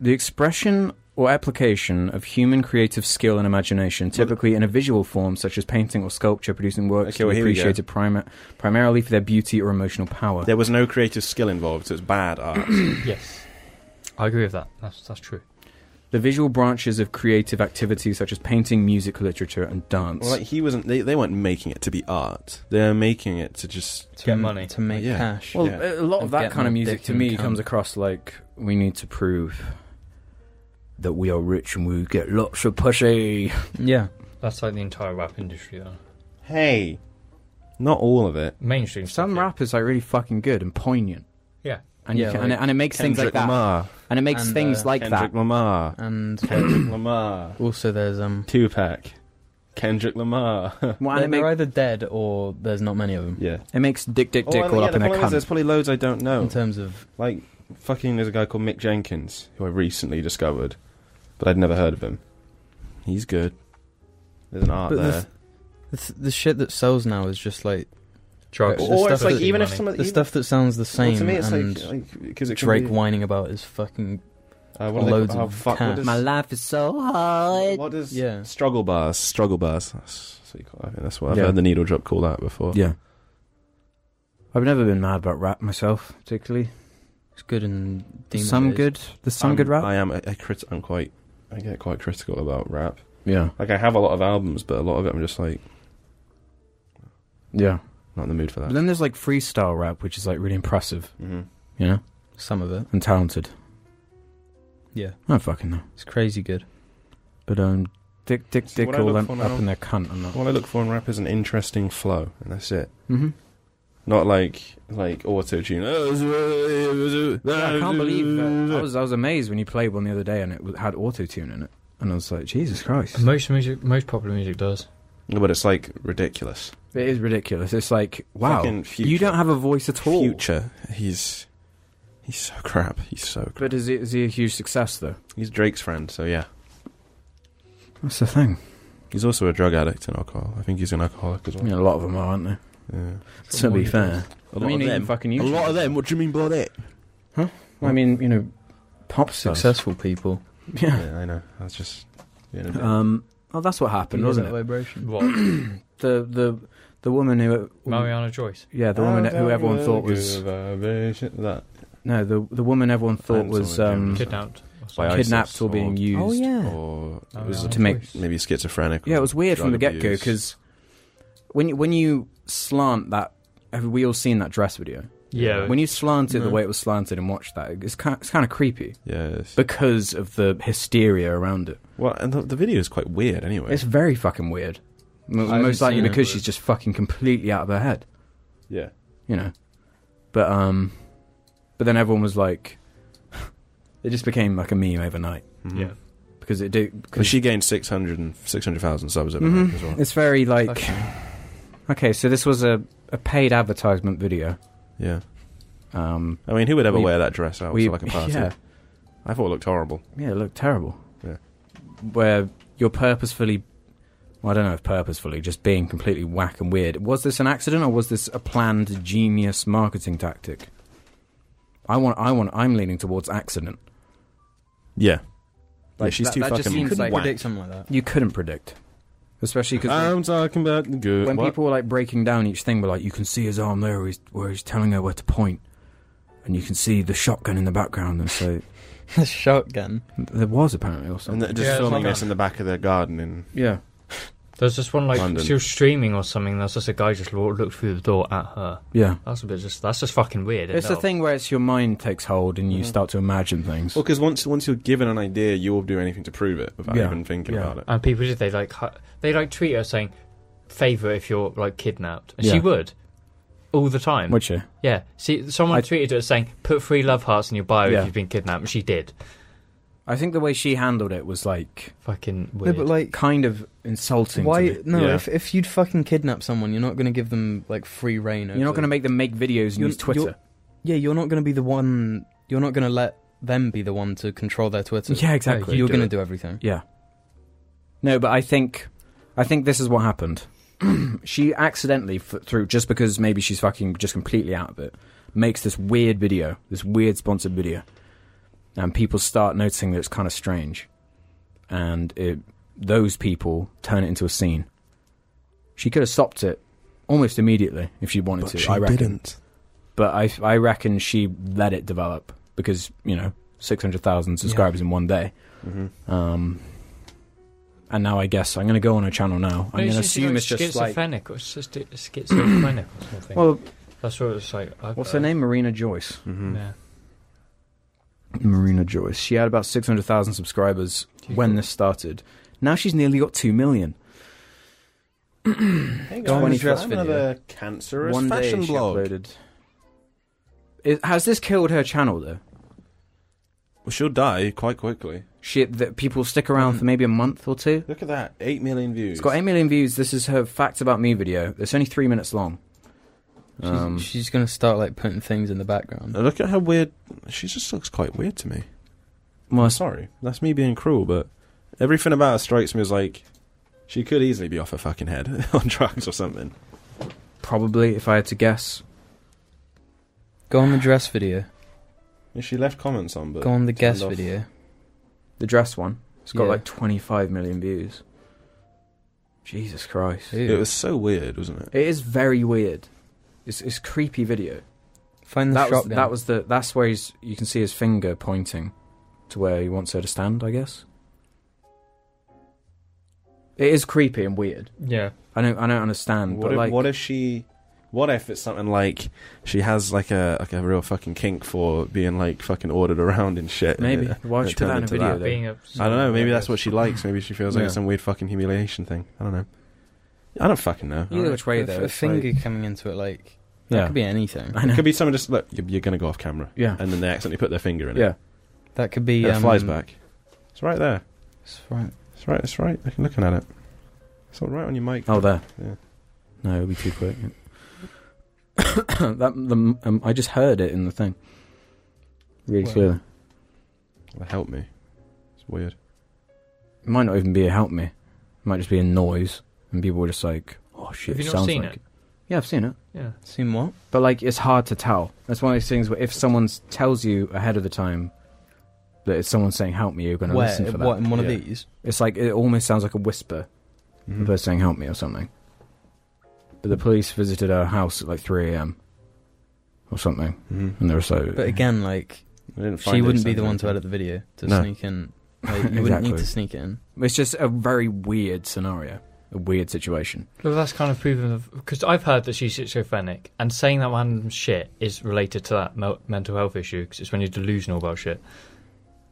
Speaker 3: The expression or application of human creative skill and imagination, typically in a visual form such as painting or sculpture, producing works
Speaker 4: Okay,
Speaker 3: to
Speaker 4: well,
Speaker 3: be
Speaker 4: here we go.
Speaker 3: appreciated prima- primarily for their beauty or emotional power.
Speaker 4: There was no creative skill involved, so it's bad art.
Speaker 5: Yes, I agree with that. That's that's true.
Speaker 3: The visual branches of creative activities such as painting, music, literature, and dance.
Speaker 4: well, like he wasn't. They, they weren't making it to be art. They're making it to just.
Speaker 5: To get money.
Speaker 6: To make
Speaker 4: Oh, Yeah.
Speaker 6: cash.
Speaker 3: Well,
Speaker 4: Yeah.
Speaker 3: a lot of
Speaker 6: And
Speaker 3: that
Speaker 6: get
Speaker 3: kind of
Speaker 6: my
Speaker 3: music
Speaker 6: dick
Speaker 3: to
Speaker 6: in
Speaker 3: me
Speaker 6: the
Speaker 3: comes
Speaker 6: cunt.
Speaker 3: across like we need to prove that we are rich and we get lots of pussy.
Speaker 6: yeah.
Speaker 5: That's like the entire rap industry. Though.
Speaker 4: Hey, not all of it.
Speaker 5: Mainstream.
Speaker 3: Some
Speaker 5: stuff, yeah.
Speaker 3: rappers are really fucking good and poignant.
Speaker 5: Yeah.
Speaker 3: And, you
Speaker 6: Yeah,
Speaker 3: can,
Speaker 6: like
Speaker 3: and, it, and it makes things like
Speaker 4: Kendrick
Speaker 3: that.
Speaker 4: Lamar.
Speaker 3: And it makes
Speaker 6: And,
Speaker 3: things
Speaker 6: uh,
Speaker 3: like
Speaker 4: Kendrick
Speaker 3: that.
Speaker 4: Lamar.
Speaker 6: And
Speaker 4: Kendrick Lamar.
Speaker 6: also there's um
Speaker 4: Tupac. Kendrick Lamar.
Speaker 3: Well,
Speaker 6: They're,
Speaker 3: and it, make,
Speaker 6: either dead or there's not many of them.
Speaker 4: yeah.
Speaker 3: it makes Dick Dick Dick all up in
Speaker 4: the
Speaker 3: their
Speaker 4: problem is there's
Speaker 3: cunt.
Speaker 4: probably loads I don't know.
Speaker 6: In terms of
Speaker 4: Like, fucking, there's a guy called Mick Jenkins who I recently discovered, but I'd never heard of him. He's good. There's an art
Speaker 6: But the
Speaker 4: there.
Speaker 6: th- the, th- the shit that sells now is just like
Speaker 5: Drugs.
Speaker 6: Or
Speaker 5: and
Speaker 6: it's
Speaker 5: stuff
Speaker 6: like
Speaker 5: that
Speaker 6: even
Speaker 5: you
Speaker 4: if
Speaker 5: money.
Speaker 4: some of
Speaker 6: the stuff that sounds the
Speaker 4: well,
Speaker 6: same.
Speaker 4: to me, it's
Speaker 6: and
Speaker 4: like because it can
Speaker 6: Drake
Speaker 4: be,
Speaker 6: whining about his fucking.
Speaker 4: uh, what are they
Speaker 6: loads
Speaker 4: called?
Speaker 6: of
Speaker 4: oh, fuck, what
Speaker 6: cat.
Speaker 4: does-
Speaker 3: My life is so hard.
Speaker 4: What does
Speaker 6: Yeah.
Speaker 4: struggle bars? Struggle bars. That's, that's what you call- I think that's what I've
Speaker 3: Yeah.
Speaker 4: heard the needle drop call that before.
Speaker 3: Yeah. I've never been mad about rap myself, particularly.
Speaker 6: It's good and
Speaker 3: There's
Speaker 6: demon
Speaker 3: some
Speaker 6: days.
Speaker 3: good. There's some
Speaker 4: I'm-
Speaker 3: good rap.
Speaker 4: I am a, a crit. I'm quite. I get quite critical about rap.
Speaker 3: yeah.
Speaker 4: Like I have a lot of albums, but a lot of it I'm just like
Speaker 3: Yeah.
Speaker 4: not in the mood for
Speaker 3: But
Speaker 4: that.
Speaker 3: then there's like freestyle rap, which is like really impressive,
Speaker 4: Mm-hmm.
Speaker 3: you know,
Speaker 6: Some of it.
Speaker 3: and talented.
Speaker 6: Yeah,
Speaker 3: I don't fucking know.
Speaker 6: it's crazy good.
Speaker 3: But um, Dick Dick
Speaker 4: So
Speaker 3: Dick
Speaker 4: what I
Speaker 3: all
Speaker 4: look
Speaker 3: up,
Speaker 4: for now-
Speaker 3: up in their cunt and that.
Speaker 4: All I look for in rap is an interesting flow, and that's it.
Speaker 3: Mm-hmm.
Speaker 4: Not like like auto tune. I
Speaker 3: I can't believe that. I was I was amazed when you played one the other day and it w- had auto tune in it, and I was like, Jesus Christ,
Speaker 5: Most music, most popular music does.
Speaker 4: But it's like ridiculous.
Speaker 3: it is ridiculous. It's like wow,
Speaker 4: Fucking future.
Speaker 3: you don't have a voice at all.
Speaker 4: future. He's he's so crap. He's so. Crap.
Speaker 3: But is he, is he a huge success though?
Speaker 4: He's Drake's friend, so yeah.
Speaker 3: That's the thing.
Speaker 4: He's also a drug addict and alcohol. I think he's an alcoholic as
Speaker 3: I
Speaker 4: well.
Speaker 3: mean, a lot of them are, aren't they?
Speaker 4: Yeah.
Speaker 3: To be fair,
Speaker 4: A
Speaker 3: I mean, even fucking you.
Speaker 4: What do you mean by that?
Speaker 3: I mean, you know, pop stars.
Speaker 6: Successful people.
Speaker 3: Yeah.
Speaker 4: Yeah, I know. I was just. being a bit-
Speaker 3: Um. Oh, that's what happened, wasn't it?
Speaker 6: vibration.
Speaker 5: What?
Speaker 3: The the the woman who.
Speaker 5: Mariana Joyce.
Speaker 3: Yeah, the
Speaker 4: Oh,
Speaker 3: woman who everyone thought was
Speaker 4: that
Speaker 3: no, the the woman everyone thought
Speaker 4: I'm
Speaker 3: was
Speaker 4: sorry,
Speaker 3: um,
Speaker 4: Kid-
Speaker 5: Kidnapped.
Speaker 4: By ISIS
Speaker 3: kidnapped or being used.
Speaker 6: Oh,
Speaker 4: or it
Speaker 5: Oh,
Speaker 4: was
Speaker 5: yeah.
Speaker 3: to make
Speaker 4: maybe schizophrenic. or
Speaker 3: Yeah, it was weird from the
Speaker 4: drug
Speaker 3: get go
Speaker 4: abuse.
Speaker 3: because when you, when you slant that, have we all seen that dress video?
Speaker 5: Yeah.
Speaker 3: When you slant it the
Speaker 6: No.
Speaker 3: way it was slanted and watch that, it's kind it's kind of creepy
Speaker 4: yes,
Speaker 3: because of the hysteria around it.
Speaker 4: well, and the, the video is quite weird anyway.
Speaker 3: It's very fucking weird. M-
Speaker 5: haven't
Speaker 3: Most likely
Speaker 5: seen it,
Speaker 3: because
Speaker 5: but-
Speaker 3: she's just fucking completely out of her head,
Speaker 4: yeah,
Speaker 3: you know. But um, but then everyone was like, it just became like a meme overnight
Speaker 4: Mm-hmm.
Speaker 5: yeah.
Speaker 3: because it do
Speaker 4: Because
Speaker 3: because
Speaker 4: she gained 600 and- 600,000 subs over
Speaker 3: Mhm.
Speaker 4: as well.
Speaker 3: it's very like
Speaker 5: Okay.
Speaker 3: okay, so this was a a paid advertisement video.
Speaker 4: Yeah,
Speaker 3: Um,
Speaker 4: I mean, who would ever
Speaker 3: We-
Speaker 4: wear that dress out
Speaker 3: we-
Speaker 4: to like a party?
Speaker 3: yeah.
Speaker 4: I thought it looked horrible.
Speaker 3: Yeah, it looked terrible.
Speaker 4: Yeah.
Speaker 3: Where you're purposefully, well, I don't know if purposefully, just being completely whack and weird. Was this an accident or was this a planned genius marketing tactic? I want, I want, I'm leaning towards accident.
Speaker 4: Yeah,
Speaker 3: Like,
Speaker 4: yeah, she's
Speaker 3: that-
Speaker 4: too
Speaker 3: that just
Speaker 4: fucking.
Speaker 3: seems
Speaker 6: Couldn't
Speaker 3: like-
Speaker 4: whack.
Speaker 6: predict something like that.
Speaker 3: You couldn't predict, especially because
Speaker 4: I'm talking about the good.
Speaker 3: when
Speaker 4: Um, what?
Speaker 3: people were like breaking down each thing, were like, you can see his arm there, where he's, where he's telling her where to point, and you can see the shotgun in the background, and so
Speaker 6: The shotgun.
Speaker 3: there was apparently or
Speaker 4: and
Speaker 3: something.
Speaker 4: they're just
Speaker 5: Yeah, it's
Speaker 4: filming
Speaker 5: like
Speaker 4: this
Speaker 5: that.
Speaker 4: in the back of their garden in
Speaker 3: yeah.
Speaker 5: There's this one like
Speaker 4: London.
Speaker 5: she was streaming or something. There's just a guy just lo- looked through the door at her.
Speaker 3: Yeah.
Speaker 5: That's a bit just. That's just fucking weird.
Speaker 3: It's
Speaker 5: the
Speaker 3: the thing where it's your mind takes hold and you
Speaker 4: Mhm.
Speaker 3: start to imagine things.
Speaker 4: Well, because once once you're given an idea, you'll do anything to prove it without
Speaker 3: Yeah.
Speaker 4: even thinking
Speaker 3: Yeah.
Speaker 4: about it.
Speaker 5: And people did. They like. hu- They like tweet her saying, "Favor if you're like kidnapped," and
Speaker 3: Yeah.
Speaker 5: she would. All the time.
Speaker 3: Would you?
Speaker 5: yeah. See, someone
Speaker 3: I-
Speaker 5: tweeted her saying, "Put three love hearts in your bio
Speaker 3: Yeah.
Speaker 5: if you've been kidnapped." And she did.
Speaker 3: I think the way she handled it was like
Speaker 5: Fucking weird.
Speaker 6: No, but like,
Speaker 3: kind of insulting.
Speaker 6: why?
Speaker 3: to me.
Speaker 6: No,
Speaker 4: Yeah.
Speaker 6: if if you'd fucking kidnap someone, you're not going to give them like free reign. Over
Speaker 3: You're not going to make them make videos and
Speaker 6: You're-
Speaker 3: use Twitter.
Speaker 6: Yeah, you're not going to be the one. You're not going to let them be the one to control their Twitter.
Speaker 3: yeah, exactly.
Speaker 6: you're
Speaker 5: do
Speaker 6: going to
Speaker 5: it.
Speaker 6: do everything.
Speaker 3: yeah. No, but I think, I think this is what happened. she accidentally f- through just because maybe she's fucking just completely out of it, makes this weird video, this weird sponsored video, and people start noticing that it's kind of strange, and it, those people turn it into a scene. She could have stopped it almost immediately if she wanted to. I reckon. but I, I reckon she let it develop because you know 600,000 subscribers in one day
Speaker 4: hmm
Speaker 3: um, and now I guess I'm going to go on her channel now I'm
Speaker 5: No,
Speaker 3: going
Speaker 5: it's
Speaker 3: to
Speaker 5: just, you
Speaker 3: assume
Speaker 5: know,
Speaker 3: it's just like
Speaker 5: schizophrenic or it's just schizophrenic or something.
Speaker 3: well
Speaker 5: that's what it's like. I've
Speaker 3: what's her
Speaker 5: heard.
Speaker 3: name Marina Joyce
Speaker 4: hmm
Speaker 5: Yeah.
Speaker 3: Marina Joyce she had about 600,000 subscribers
Speaker 5: She's
Speaker 3: when
Speaker 5: got-
Speaker 3: this started now she's nearly got 2 million
Speaker 4: Hey
Speaker 3: Go on,
Speaker 4: guys,
Speaker 3: dress
Speaker 4: I'm
Speaker 3: video.
Speaker 4: another cancerous
Speaker 3: one day
Speaker 4: fashion
Speaker 3: she
Speaker 4: blog.
Speaker 3: uploaded Is- has this killed her channel though
Speaker 4: Well, she'll die quite quickly.
Speaker 3: Shit that people stick around for maybe a month or two.
Speaker 4: Look at that, eight million views.
Speaker 3: It's got 8 million views. This is her facts about me video. It's only three minutes long.
Speaker 6: She's,
Speaker 3: Um,
Speaker 6: she's gonna start like putting things in the background.
Speaker 4: Now Look at how weird. She just looks quite weird to me.
Speaker 3: well, it's-
Speaker 4: Sorry, that's me being cruel, but everything about her strikes me as like she could easily be off her fucking head on drugs or something.
Speaker 3: probably, if I had to guess.
Speaker 6: Go on the dress video.
Speaker 4: And she left comments on, but
Speaker 6: Go on the guess
Speaker 4: off.
Speaker 6: video.
Speaker 3: The dress one. It's got
Speaker 6: Yeah.
Speaker 3: like 25 million views. Jesus Christ.
Speaker 6: Ew.
Speaker 4: it was so weird, wasn't it?
Speaker 3: It is very weird. It's it's creepy video.
Speaker 6: Find the
Speaker 3: that was
Speaker 6: shotgun.
Speaker 3: that was the that's where he's you can see his finger pointing to where he wants her to stand. I guess it is creepy and weird.
Speaker 5: Yeah.
Speaker 3: I don't I don't understand.
Speaker 4: What
Speaker 3: but
Speaker 4: if,
Speaker 3: like
Speaker 4: what if she? What if it's something like she has like a like a real fucking kink for being like fucking ordered around and shit? and
Speaker 3: maybe
Speaker 4: it-
Speaker 3: why would
Speaker 4: it
Speaker 3: she put
Speaker 4: turned
Speaker 3: that in a
Speaker 4: into
Speaker 3: video? though?
Speaker 5: Being a,
Speaker 4: I don't know. Maybe that's what she likes. Maybe she feels like
Speaker 6: Yeah.
Speaker 4: it's some weird fucking humiliation thing. I don't know. I don't fucking know.
Speaker 3: Either which way
Speaker 6: a,
Speaker 3: though,
Speaker 6: a
Speaker 3: it's like-
Speaker 6: finger coming into it, like that
Speaker 3: yeah,
Speaker 6: could be anything.
Speaker 3: I know.
Speaker 4: It could be someone just look. You're, you're gonna go off camera,
Speaker 3: yeah,
Speaker 4: and then they accidentally put their finger in it.
Speaker 3: yeah.
Speaker 6: That could be.
Speaker 4: And it
Speaker 6: um,
Speaker 4: flies back. It's right there.
Speaker 6: That's right.
Speaker 4: It's right. It's right. I'm looking at it. It's all right on your mic.
Speaker 3: Oh, there.
Speaker 4: Yeah.
Speaker 3: No, it'll be too quick. that the um, I just heard it in the thing. Really
Speaker 5: Well.
Speaker 3: clearly.
Speaker 4: Well, Help me. It's weird.
Speaker 3: It might not even be a help me. It might just be a noise, and people were just like, "Oh shit!"
Speaker 5: Have you not
Speaker 3: sounds
Speaker 5: seen
Speaker 3: like
Speaker 5: it?
Speaker 3: Yeah, I've seen it.
Speaker 5: Yeah.
Speaker 6: Seen what?
Speaker 3: But like, it's hard to tell. That's one of those things where if someone s- tells you ahead of the time that it's someone saying "help me," you're going to
Speaker 6: Where?
Speaker 3: listen for that.
Speaker 6: What in one
Speaker 4: Yeah.
Speaker 6: of these?
Speaker 3: It's like it almost sounds like a whisper,
Speaker 4: Mhm.
Speaker 5: Hmm.
Speaker 3: the person saying "help me" or something. But the police visited our house at like 3 a.m. or something,
Speaker 4: Mhm.
Speaker 3: and they were so.
Speaker 6: But again, like
Speaker 4: I didn't find
Speaker 6: she
Speaker 4: it,
Speaker 6: wouldn't
Speaker 4: so
Speaker 6: be the
Speaker 4: I
Speaker 6: one
Speaker 4: don't
Speaker 6: to edit the video to
Speaker 4: No.
Speaker 6: sneak in. Like, you wouldn't
Speaker 3: Exactly.
Speaker 6: need to sneak it in.
Speaker 3: It's just a very weird scenario, a weird situation.
Speaker 5: Well, that's kind of proven because I've heard that she's schizophrenic, and saying that random shit is related to that mel- mental health issue because it's when you're delusional about shit.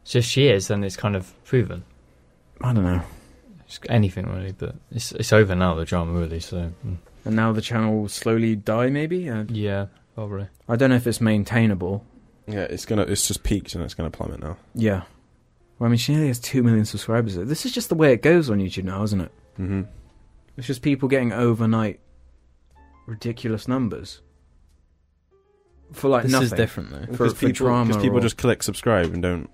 Speaker 5: So if she is, then it's kind of proven.
Speaker 3: I don't know.
Speaker 5: It's anything really, but it's it's over now the drama really. So mm.
Speaker 3: And now the channel will slowly die. Maybe Uh,
Speaker 5: yeah, probably.
Speaker 3: I don't know if it's maintainable.
Speaker 4: think- Yeah, it's gonna. It's just peaked and it's gonna plummet now.
Speaker 3: Yeah. Well, I mean, she only has 2 million subscribers. This is just the way it goes on YouTube now, isn't it?
Speaker 4: Mm-hmm.
Speaker 3: It's just people getting overnight ridiculous numbers. For like
Speaker 6: this
Speaker 3: nothing.
Speaker 6: is different though.
Speaker 3: For-
Speaker 4: Because
Speaker 3: for
Speaker 4: people,
Speaker 3: drama
Speaker 4: Because people
Speaker 3: or-
Speaker 4: just click subscribe and don't.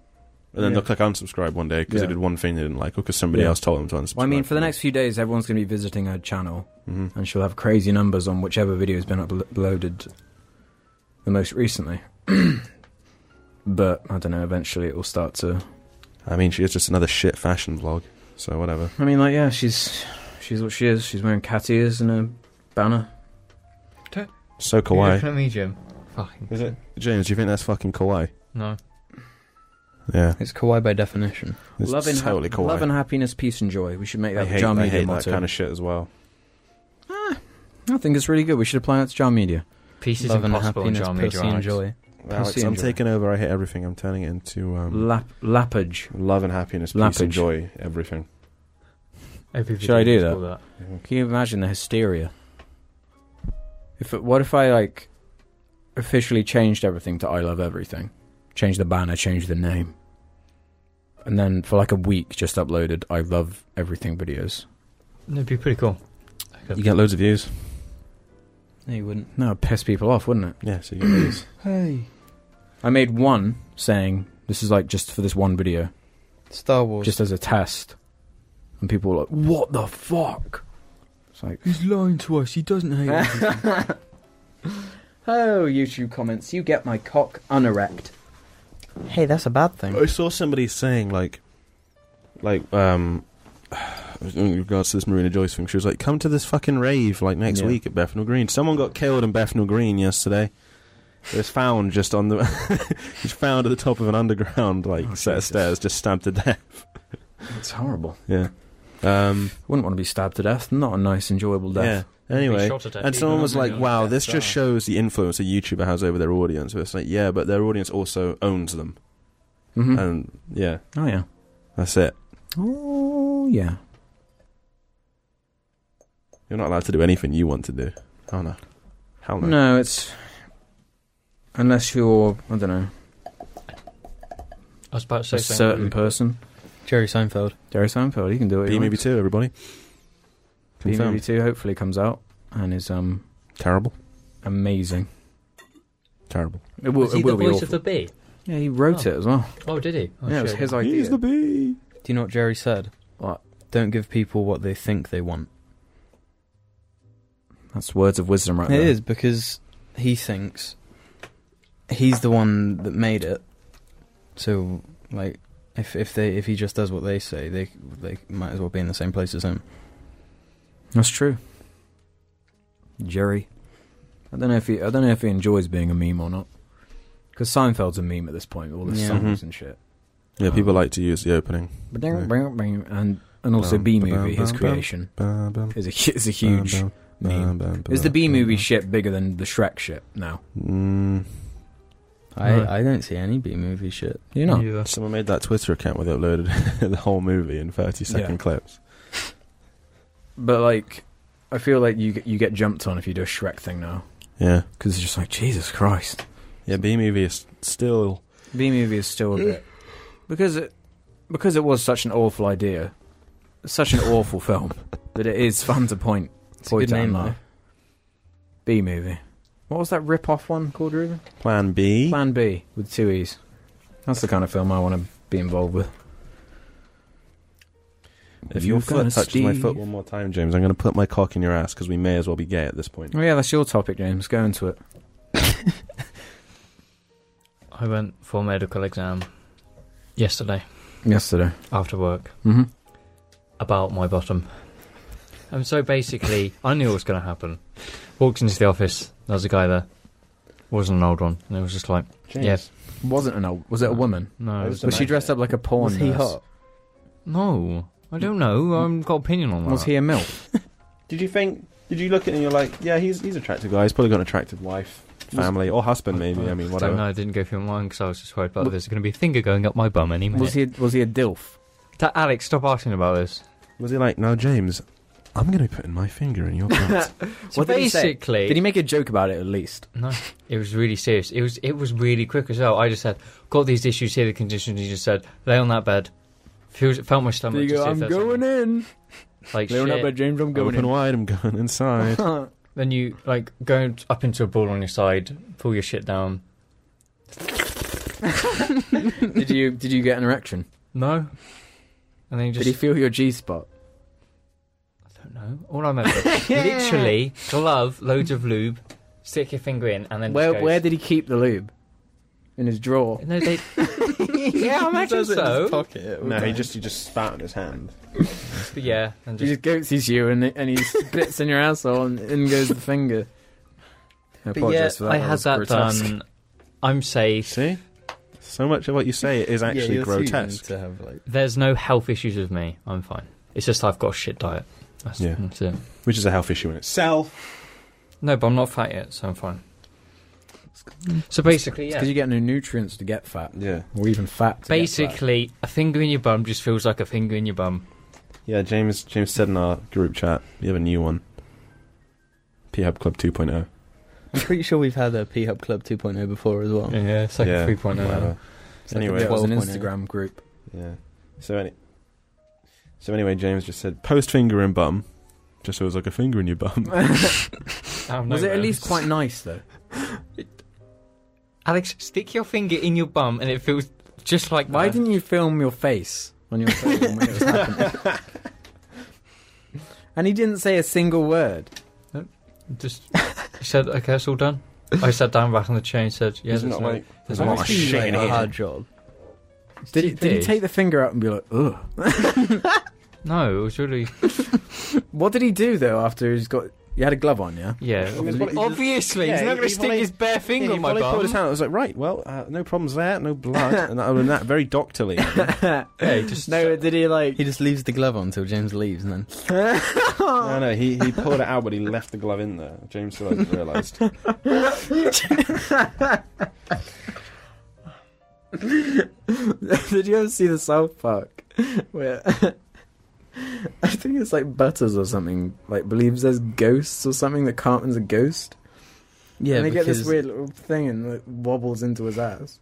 Speaker 4: And then
Speaker 3: Yeah.
Speaker 4: they'll click unsubscribe one day because they
Speaker 3: Yeah.
Speaker 4: did one thing they didn't like, or because somebody
Speaker 3: Yeah.
Speaker 4: else told them to unsubscribe.
Speaker 3: Well, I mean, for the next few days, everyone's going to be visiting her channel,
Speaker 4: hmm
Speaker 3: and she'll have crazy numbers on whichever video has been uploaded the most recently. but I don't know. Eventually, it will start to.
Speaker 4: I mean, she is just another shit fashion vlog, so whatever.
Speaker 3: I mean, like, yeah, she's she's what she is. She's wearing cat ears and a banner.
Speaker 4: So
Speaker 5: Are you
Speaker 4: kawaii.
Speaker 5: looking at me, Jim. Fucking
Speaker 4: Is it? James, do you think that's fucking kawaii?
Speaker 5: no.
Speaker 4: Yeah.
Speaker 6: It's kawaii by definition.
Speaker 4: It's
Speaker 3: love and ha-
Speaker 4: totally kawaii.
Speaker 3: love and happiness, peace and joy. We should make
Speaker 4: I
Speaker 3: that
Speaker 4: hate,
Speaker 3: Jar
Speaker 4: I
Speaker 3: Media
Speaker 4: hate that
Speaker 3: motto.
Speaker 4: kind of shit as well.
Speaker 3: I think it's really good. We should apply that to Jar Media.
Speaker 5: Peace is
Speaker 6: Love and
Speaker 5: impossible in
Speaker 6: happiness,
Speaker 5: drama.
Speaker 6: pussy and joy.
Speaker 4: Alex,
Speaker 3: Pussy
Speaker 4: I'm
Speaker 3: and joy.
Speaker 4: taking over. I hate everything. I'm turning it into um,
Speaker 3: Lap lappage.
Speaker 4: love and happiness, peace
Speaker 3: Lappage.
Speaker 4: and joy. Everything.
Speaker 3: Should I do that? Can you imagine the hysteria? If it, what if I like officially changed everything to I love everything, change the banner, change the name, and then for like a week just uploaded I love everything videos.
Speaker 5: It'd be pretty cool.
Speaker 4: You get loads of views.
Speaker 6: No, you wouldn't.
Speaker 3: No, it'd piss people off, wouldn't it?
Speaker 4: Yeah, so you get views.
Speaker 6: Hey,
Speaker 3: I made one saying this is like just for this one video,
Speaker 6: Star Wars.
Speaker 3: just as a test, and people were like, "What the fuck?" It's like.
Speaker 6: he's lying to us. He doesn't hate us.
Speaker 3: Oh, YouTube comments, you get my cock unerect.
Speaker 6: hey, that's a bad thing.
Speaker 4: I saw somebody saying like, like um, in regards to this Marina Joyce thing, she was like, "Come to this fucking rave like next
Speaker 3: Yeah.
Speaker 4: week at Bethnal Green." Someone got killed in Bethnal Green yesterday. It was found just on the, he's found at the top of an underground like
Speaker 3: Oh,
Speaker 4: set of
Speaker 3: Jesus.
Speaker 4: stairs, just stabbed to death.
Speaker 3: It's horrible.
Speaker 4: Yeah. Um.
Speaker 3: Wouldn't want to be stabbed to death. Not a nice, enjoyable death.
Speaker 4: Yeah. Anyway, and someone
Speaker 6: know,
Speaker 4: was
Speaker 6: maybe
Speaker 4: like,
Speaker 6: on
Speaker 4: "Wow,
Speaker 6: Death
Speaker 4: this just
Speaker 6: Star."
Speaker 4: shows the influence a YouTuber has over their audience." But it's like, yeah, but their audience also owns them,
Speaker 3: Mhm.
Speaker 4: and yeah,
Speaker 3: oh yeah.
Speaker 4: that's it.
Speaker 3: Oh yeah.
Speaker 4: You're not allowed to do anything you want to do. Oh no. Hell no.
Speaker 3: No, it's unless you're I don't know.
Speaker 5: was about to say
Speaker 3: a certain person.
Speaker 6: Jerry Seinfeld.
Speaker 3: Jerry Seinfeld, he can do it.
Speaker 4: B movie two, everybody.
Speaker 3: movie
Speaker 4: Confirmed.
Speaker 3: two hopefully comes out and is um
Speaker 4: Terrible.
Speaker 3: amazing.
Speaker 4: Terrible.
Speaker 3: It will,
Speaker 5: was he
Speaker 3: it will
Speaker 5: the
Speaker 3: be
Speaker 5: voice
Speaker 3: awful.
Speaker 5: of the bee?
Speaker 3: yeah, he wrote
Speaker 5: Oh.
Speaker 3: it as well.
Speaker 5: Oh, did he? Oh,
Speaker 3: yeah, it was
Speaker 5: shit.
Speaker 3: his idea.
Speaker 4: He's the bee.
Speaker 6: Do you know what Jerry said?
Speaker 3: What?
Speaker 6: Don't give people what they think they want.
Speaker 3: That's words of wisdom right
Speaker 6: It
Speaker 3: there.
Speaker 6: is because he thinks he's the one that made it. So, like, if if they if he just does what they say, they they might as well be in the same place as him.
Speaker 3: That's true. Jerry, I don't know if he, I don't know if he enjoys being a meme or not. Because Seinfeld's a meme at this point, all the
Speaker 6: Yeah.
Speaker 3: songs
Speaker 4: Mhm.
Speaker 3: and shit.
Speaker 4: Yeah, people like to use the opening.
Speaker 3: And and also
Speaker 4: Bum,
Speaker 3: B
Speaker 4: ba-dum,
Speaker 3: movie, his
Speaker 4: bum,
Speaker 3: creation
Speaker 4: Bam, bam,
Speaker 3: is a hu- is a huge.
Speaker 4: bam,
Speaker 3: meme.
Speaker 4: bam, bam,
Speaker 3: Is the
Speaker 4: bam,
Speaker 3: B
Speaker 4: bam,
Speaker 3: movie
Speaker 4: bam.
Speaker 3: shit bigger than the Shrek shit now?
Speaker 4: Mm,
Speaker 6: I
Speaker 3: Right.
Speaker 6: I don't see any B movie shit.
Speaker 3: You know,
Speaker 5: Yeah.
Speaker 4: someone made that Twitter account where they uploaded the whole movie in 30 second
Speaker 3: Yeah.
Speaker 4: clips.
Speaker 3: but like, I feel like you get, you get jumped on if you do a Shrek thing now
Speaker 4: Yeah.
Speaker 3: because it's just like Jesus Christ.
Speaker 4: Yeah, B movie is still.
Speaker 3: B movie is still a bit because it because it was such an awful idea, such an awful film that it is fun to point
Speaker 6: It's a
Speaker 3: point
Speaker 6: good
Speaker 3: out
Speaker 6: name
Speaker 3: now.
Speaker 6: though.
Speaker 3: B movie. What was that rip off one called, Ruben?
Speaker 4: Plan B.
Speaker 3: Plan B with two E's. That's the kind of film I want to be involved with.
Speaker 4: if your
Speaker 3: You've got
Speaker 4: foot
Speaker 3: a
Speaker 4: touches my
Speaker 3: Steve.
Speaker 4: foot one more time, James, I'm going to put my cock in your ass because we may as well be gay at this point.
Speaker 3: Oh yeah, that's your topic, James. Go into it.
Speaker 5: I went for a medical exam yesterday
Speaker 3: Yesterday.
Speaker 5: after work
Speaker 3: Mm-hmm.
Speaker 5: about my bottom. And so basically, I knew what was going to happen. Walked into the office, there was a guy there. Wasn't an old one. And it was just like, Yes.
Speaker 3: Wasn't an old. Was it a woman?
Speaker 5: no.
Speaker 4: Was
Speaker 3: Was she dressed up like a porn?
Speaker 6: Was he
Speaker 3: nurse?
Speaker 6: hot?
Speaker 5: No. I don't know. I haven't got opinion on that.
Speaker 3: Was he a milf?
Speaker 4: Did you think? Did you look at it and you're like, yeah, he's he's an attractive guy. He's probably got an attractive wife, family, or husband, maybe. I mean,
Speaker 5: I don't know.
Speaker 4: whatever.
Speaker 5: I didn't go through mine because I was just worried about there's going to be a finger going up my bum any minute.
Speaker 3: Was he? Was he a dilf?
Speaker 5: Ta- Alex, stop asking about this.
Speaker 4: Was he like, now, James, I'm going to be putting my finger in your butt?
Speaker 5: So
Speaker 3: What did he say?
Speaker 5: basically,
Speaker 3: Did he make a joke about it at least?
Speaker 5: No, it was really serious. It was it was really quick as well. I just said, got these issues here, the conditions. He just said, lay on that bed. Feels, felt my stomach. to see if there's anything.
Speaker 3: in.
Speaker 5: Like
Speaker 3: Leon
Speaker 5: shit.
Speaker 3: up by James. I'm going
Speaker 4: Open
Speaker 3: in.
Speaker 4: wide. I'm going inside.
Speaker 5: Then you like go t- up into a ball on your side, pull your shit down.
Speaker 3: did you? Did you get an erection?
Speaker 5: No, and then you just
Speaker 3: Did he feel your G spot?
Speaker 5: I don't know. All I remember, literally, glove, loads of lube, stick your finger in, and then
Speaker 3: Where
Speaker 5: Just goes,
Speaker 3: Where did he keep the lube? In his drawer.
Speaker 5: No, they. yeah, I imagine so.
Speaker 4: no, he just he just spat in his hand.
Speaker 5: But yeah, and
Speaker 3: He
Speaker 5: just
Speaker 3: just goatsies you and and he spits in your asshole and in goes the finger. I
Speaker 5: yeah,
Speaker 3: apologise for that.
Speaker 5: I had
Speaker 3: was
Speaker 5: that
Speaker 3: grotesque.
Speaker 5: done. I'm safe.
Speaker 4: See, so much of what you say is actually grotesque.
Speaker 6: To have like
Speaker 5: There's no health issues with me. I'm fine. It's just I've got a shit diet. That's,
Speaker 4: Yeah.
Speaker 5: that's it.
Speaker 4: Which is a health issue in itself.
Speaker 5: No, but I'm not fat yet, so I'm fine. So basically, yeah.
Speaker 3: Because you get no nutrients to get fat,
Speaker 4: Yeah,
Speaker 3: or even fat. To get fat.
Speaker 5: Basically, a finger in your bum just feels like a finger in your bum.
Speaker 4: yeah. James James said in our group chat, we have a new one. P Hub Club oh. 2.0.
Speaker 6: I'm pretty sure we've had a P Hub Club 2.0 before as well.
Speaker 5: Yeah, it's like
Speaker 4: Oh. yeah,
Speaker 5: a oh. 3.0.
Speaker 4: whatever.
Speaker 6: It's like a
Speaker 4: Anyway.
Speaker 3: That was an
Speaker 6: 12.0.
Speaker 3: Instagram group.
Speaker 4: Yeah. So any. So anyway, James just said post finger in bum, just so it was like a finger in your bum.
Speaker 5: Out of
Speaker 3: was it
Speaker 5: nowhere.
Speaker 3: at least quite nice though?
Speaker 5: Alex, stick your finger in your bum and it feels just like
Speaker 3: Why
Speaker 5: that.
Speaker 3: didn't you film your face on your phone when it was happening? and he didn't say a single word.
Speaker 5: Just he said, okay, it's all done. I sat down back on the chair and said, yeah,
Speaker 4: He's
Speaker 5: there's
Speaker 4: not
Speaker 5: no,
Speaker 4: like-
Speaker 5: there's
Speaker 4: a
Speaker 5: no
Speaker 4: lot of shit in
Speaker 6: a
Speaker 4: here.
Speaker 6: hard job.
Speaker 3: Did, he, did he take the finger out and be like, ugh?
Speaker 5: No, it was really.
Speaker 3: What did he do though after he's got. You had a glove on, yeah?
Speaker 5: Yeah.
Speaker 4: He was probably-
Speaker 5: Obviously,
Speaker 4: Yeah,
Speaker 5: he's not going
Speaker 4: he-
Speaker 5: to
Speaker 4: he
Speaker 5: stick
Speaker 4: probably-
Speaker 5: his bare
Speaker 4: Yeah,
Speaker 5: finger
Speaker 4: he
Speaker 5: in my
Speaker 4: probably pulled his
Speaker 5: bum.
Speaker 4: hand. out. I was like, right, well, uh, no problems there, no blood, and that, and that very doctorly. no,
Speaker 5: Yeah, he just
Speaker 3: No, did he like.
Speaker 6: He just leaves the glove on until James leaves, and then
Speaker 4: no, he, he pulled it out, but he left the glove in there. James still hasn't realised.
Speaker 3: Did you ever see the South Park? Where I think it's like Butters or something. Like believes there's ghosts or something that Cartman's a ghost.
Speaker 6: yeah,
Speaker 3: and they
Speaker 6: because
Speaker 3: get this weird little thing and like, wobbles into his ass.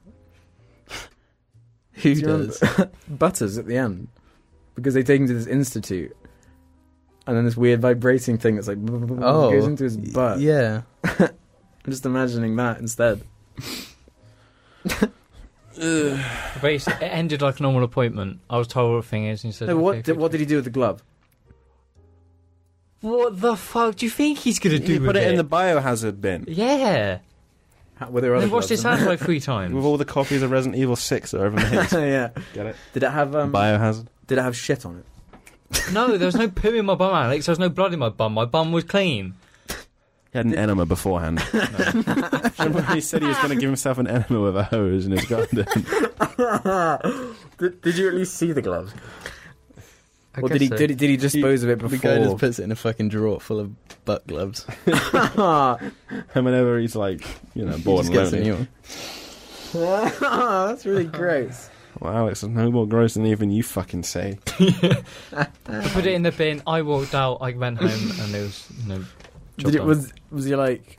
Speaker 6: Who
Speaker 3: Do you remember-
Speaker 6: does?
Speaker 3: Butters at the end because they take him to this institute, and then this weird vibrating thing that's like
Speaker 6: Oh.
Speaker 3: goes into his butt.
Speaker 6: Yeah.
Speaker 3: I'm just imagining that instead.
Speaker 5: But it's- it ended like a normal appointment. I was told what the thing is, and he said,
Speaker 3: No, what
Speaker 5: "Okay,
Speaker 3: did, what did he do with the glove?
Speaker 5: What the fuck do you think he's gonna do
Speaker 4: You
Speaker 5: with
Speaker 4: put it, in the biohazard bin
Speaker 5: Yeah,
Speaker 3: How, were there
Speaker 5: they
Speaker 3: other
Speaker 5: washed his
Speaker 3: gloves?
Speaker 5: hands like three times.
Speaker 4: with all the copies of Resident Evil Six that are ever made.
Speaker 3: yeah.
Speaker 4: Get it?
Speaker 3: Did it have um?
Speaker 4: biohazard.
Speaker 3: Did it have shit on it?
Speaker 5: no, there was no poo in my bum, Alex. There was no blood in my bum. My bum was clean.
Speaker 4: He had an enema beforehand. Remember when he said he was going to give himself an enema with a hose in his garden?
Speaker 3: did, did you at least see the gloves?
Speaker 5: I
Speaker 3: Or did he,
Speaker 5: guess so.
Speaker 3: did he did he dispose of it before?
Speaker 6: The guy just puts it in a fucking drawer full of butt gloves.
Speaker 4: and whenever he's like, you know, bored
Speaker 6: He
Speaker 4: and
Speaker 6: just gets a
Speaker 4: lonely.
Speaker 6: new one.
Speaker 3: That's really gross.
Speaker 4: Well, Alex, it's no more gross than even you fucking say.
Speaker 5: I put it in the bin. I walked out. I went home, and it was you know. job
Speaker 3: Did it
Speaker 5: done.
Speaker 3: was was he like?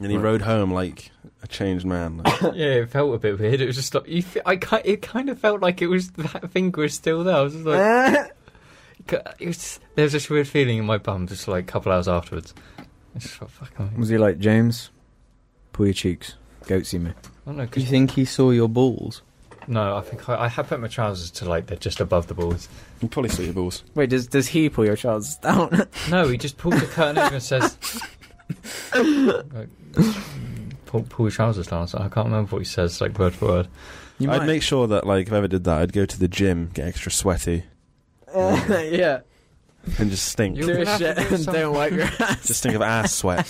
Speaker 4: And he
Speaker 3: Right.
Speaker 4: rode home like a changed man. Like,
Speaker 5: yeah, it felt a bit weird. It was just like you. Fe- I ki- it kind of felt like it was that finger was still there. I was just like, it was. There was this weird feeling in my bum, just like a couple hours afterwards. It's just like, fuck, I
Speaker 3: Was he like James? Pull your cheeks, goat see me.
Speaker 5: don't know. 'cause-
Speaker 6: Do you think he saw your balls?
Speaker 5: no, I think I, I had put my trousers to like they're just above the balls.
Speaker 4: you probably see your balls.
Speaker 3: Wait, does does he pull your trousers down?
Speaker 5: No, he just pulls the curtain over and says, like, pull, pull your trousers down. So I can't remember what he says, like word for word.
Speaker 3: you
Speaker 4: I'd make sure that, like, if I ever did that, I'd go to the gym, get extra sweaty,
Speaker 3: yeah,
Speaker 4: and just stink.
Speaker 5: You're gonna have to do
Speaker 3: and
Speaker 5: something.
Speaker 3: don't wipe your
Speaker 4: Just stink of ass sweat.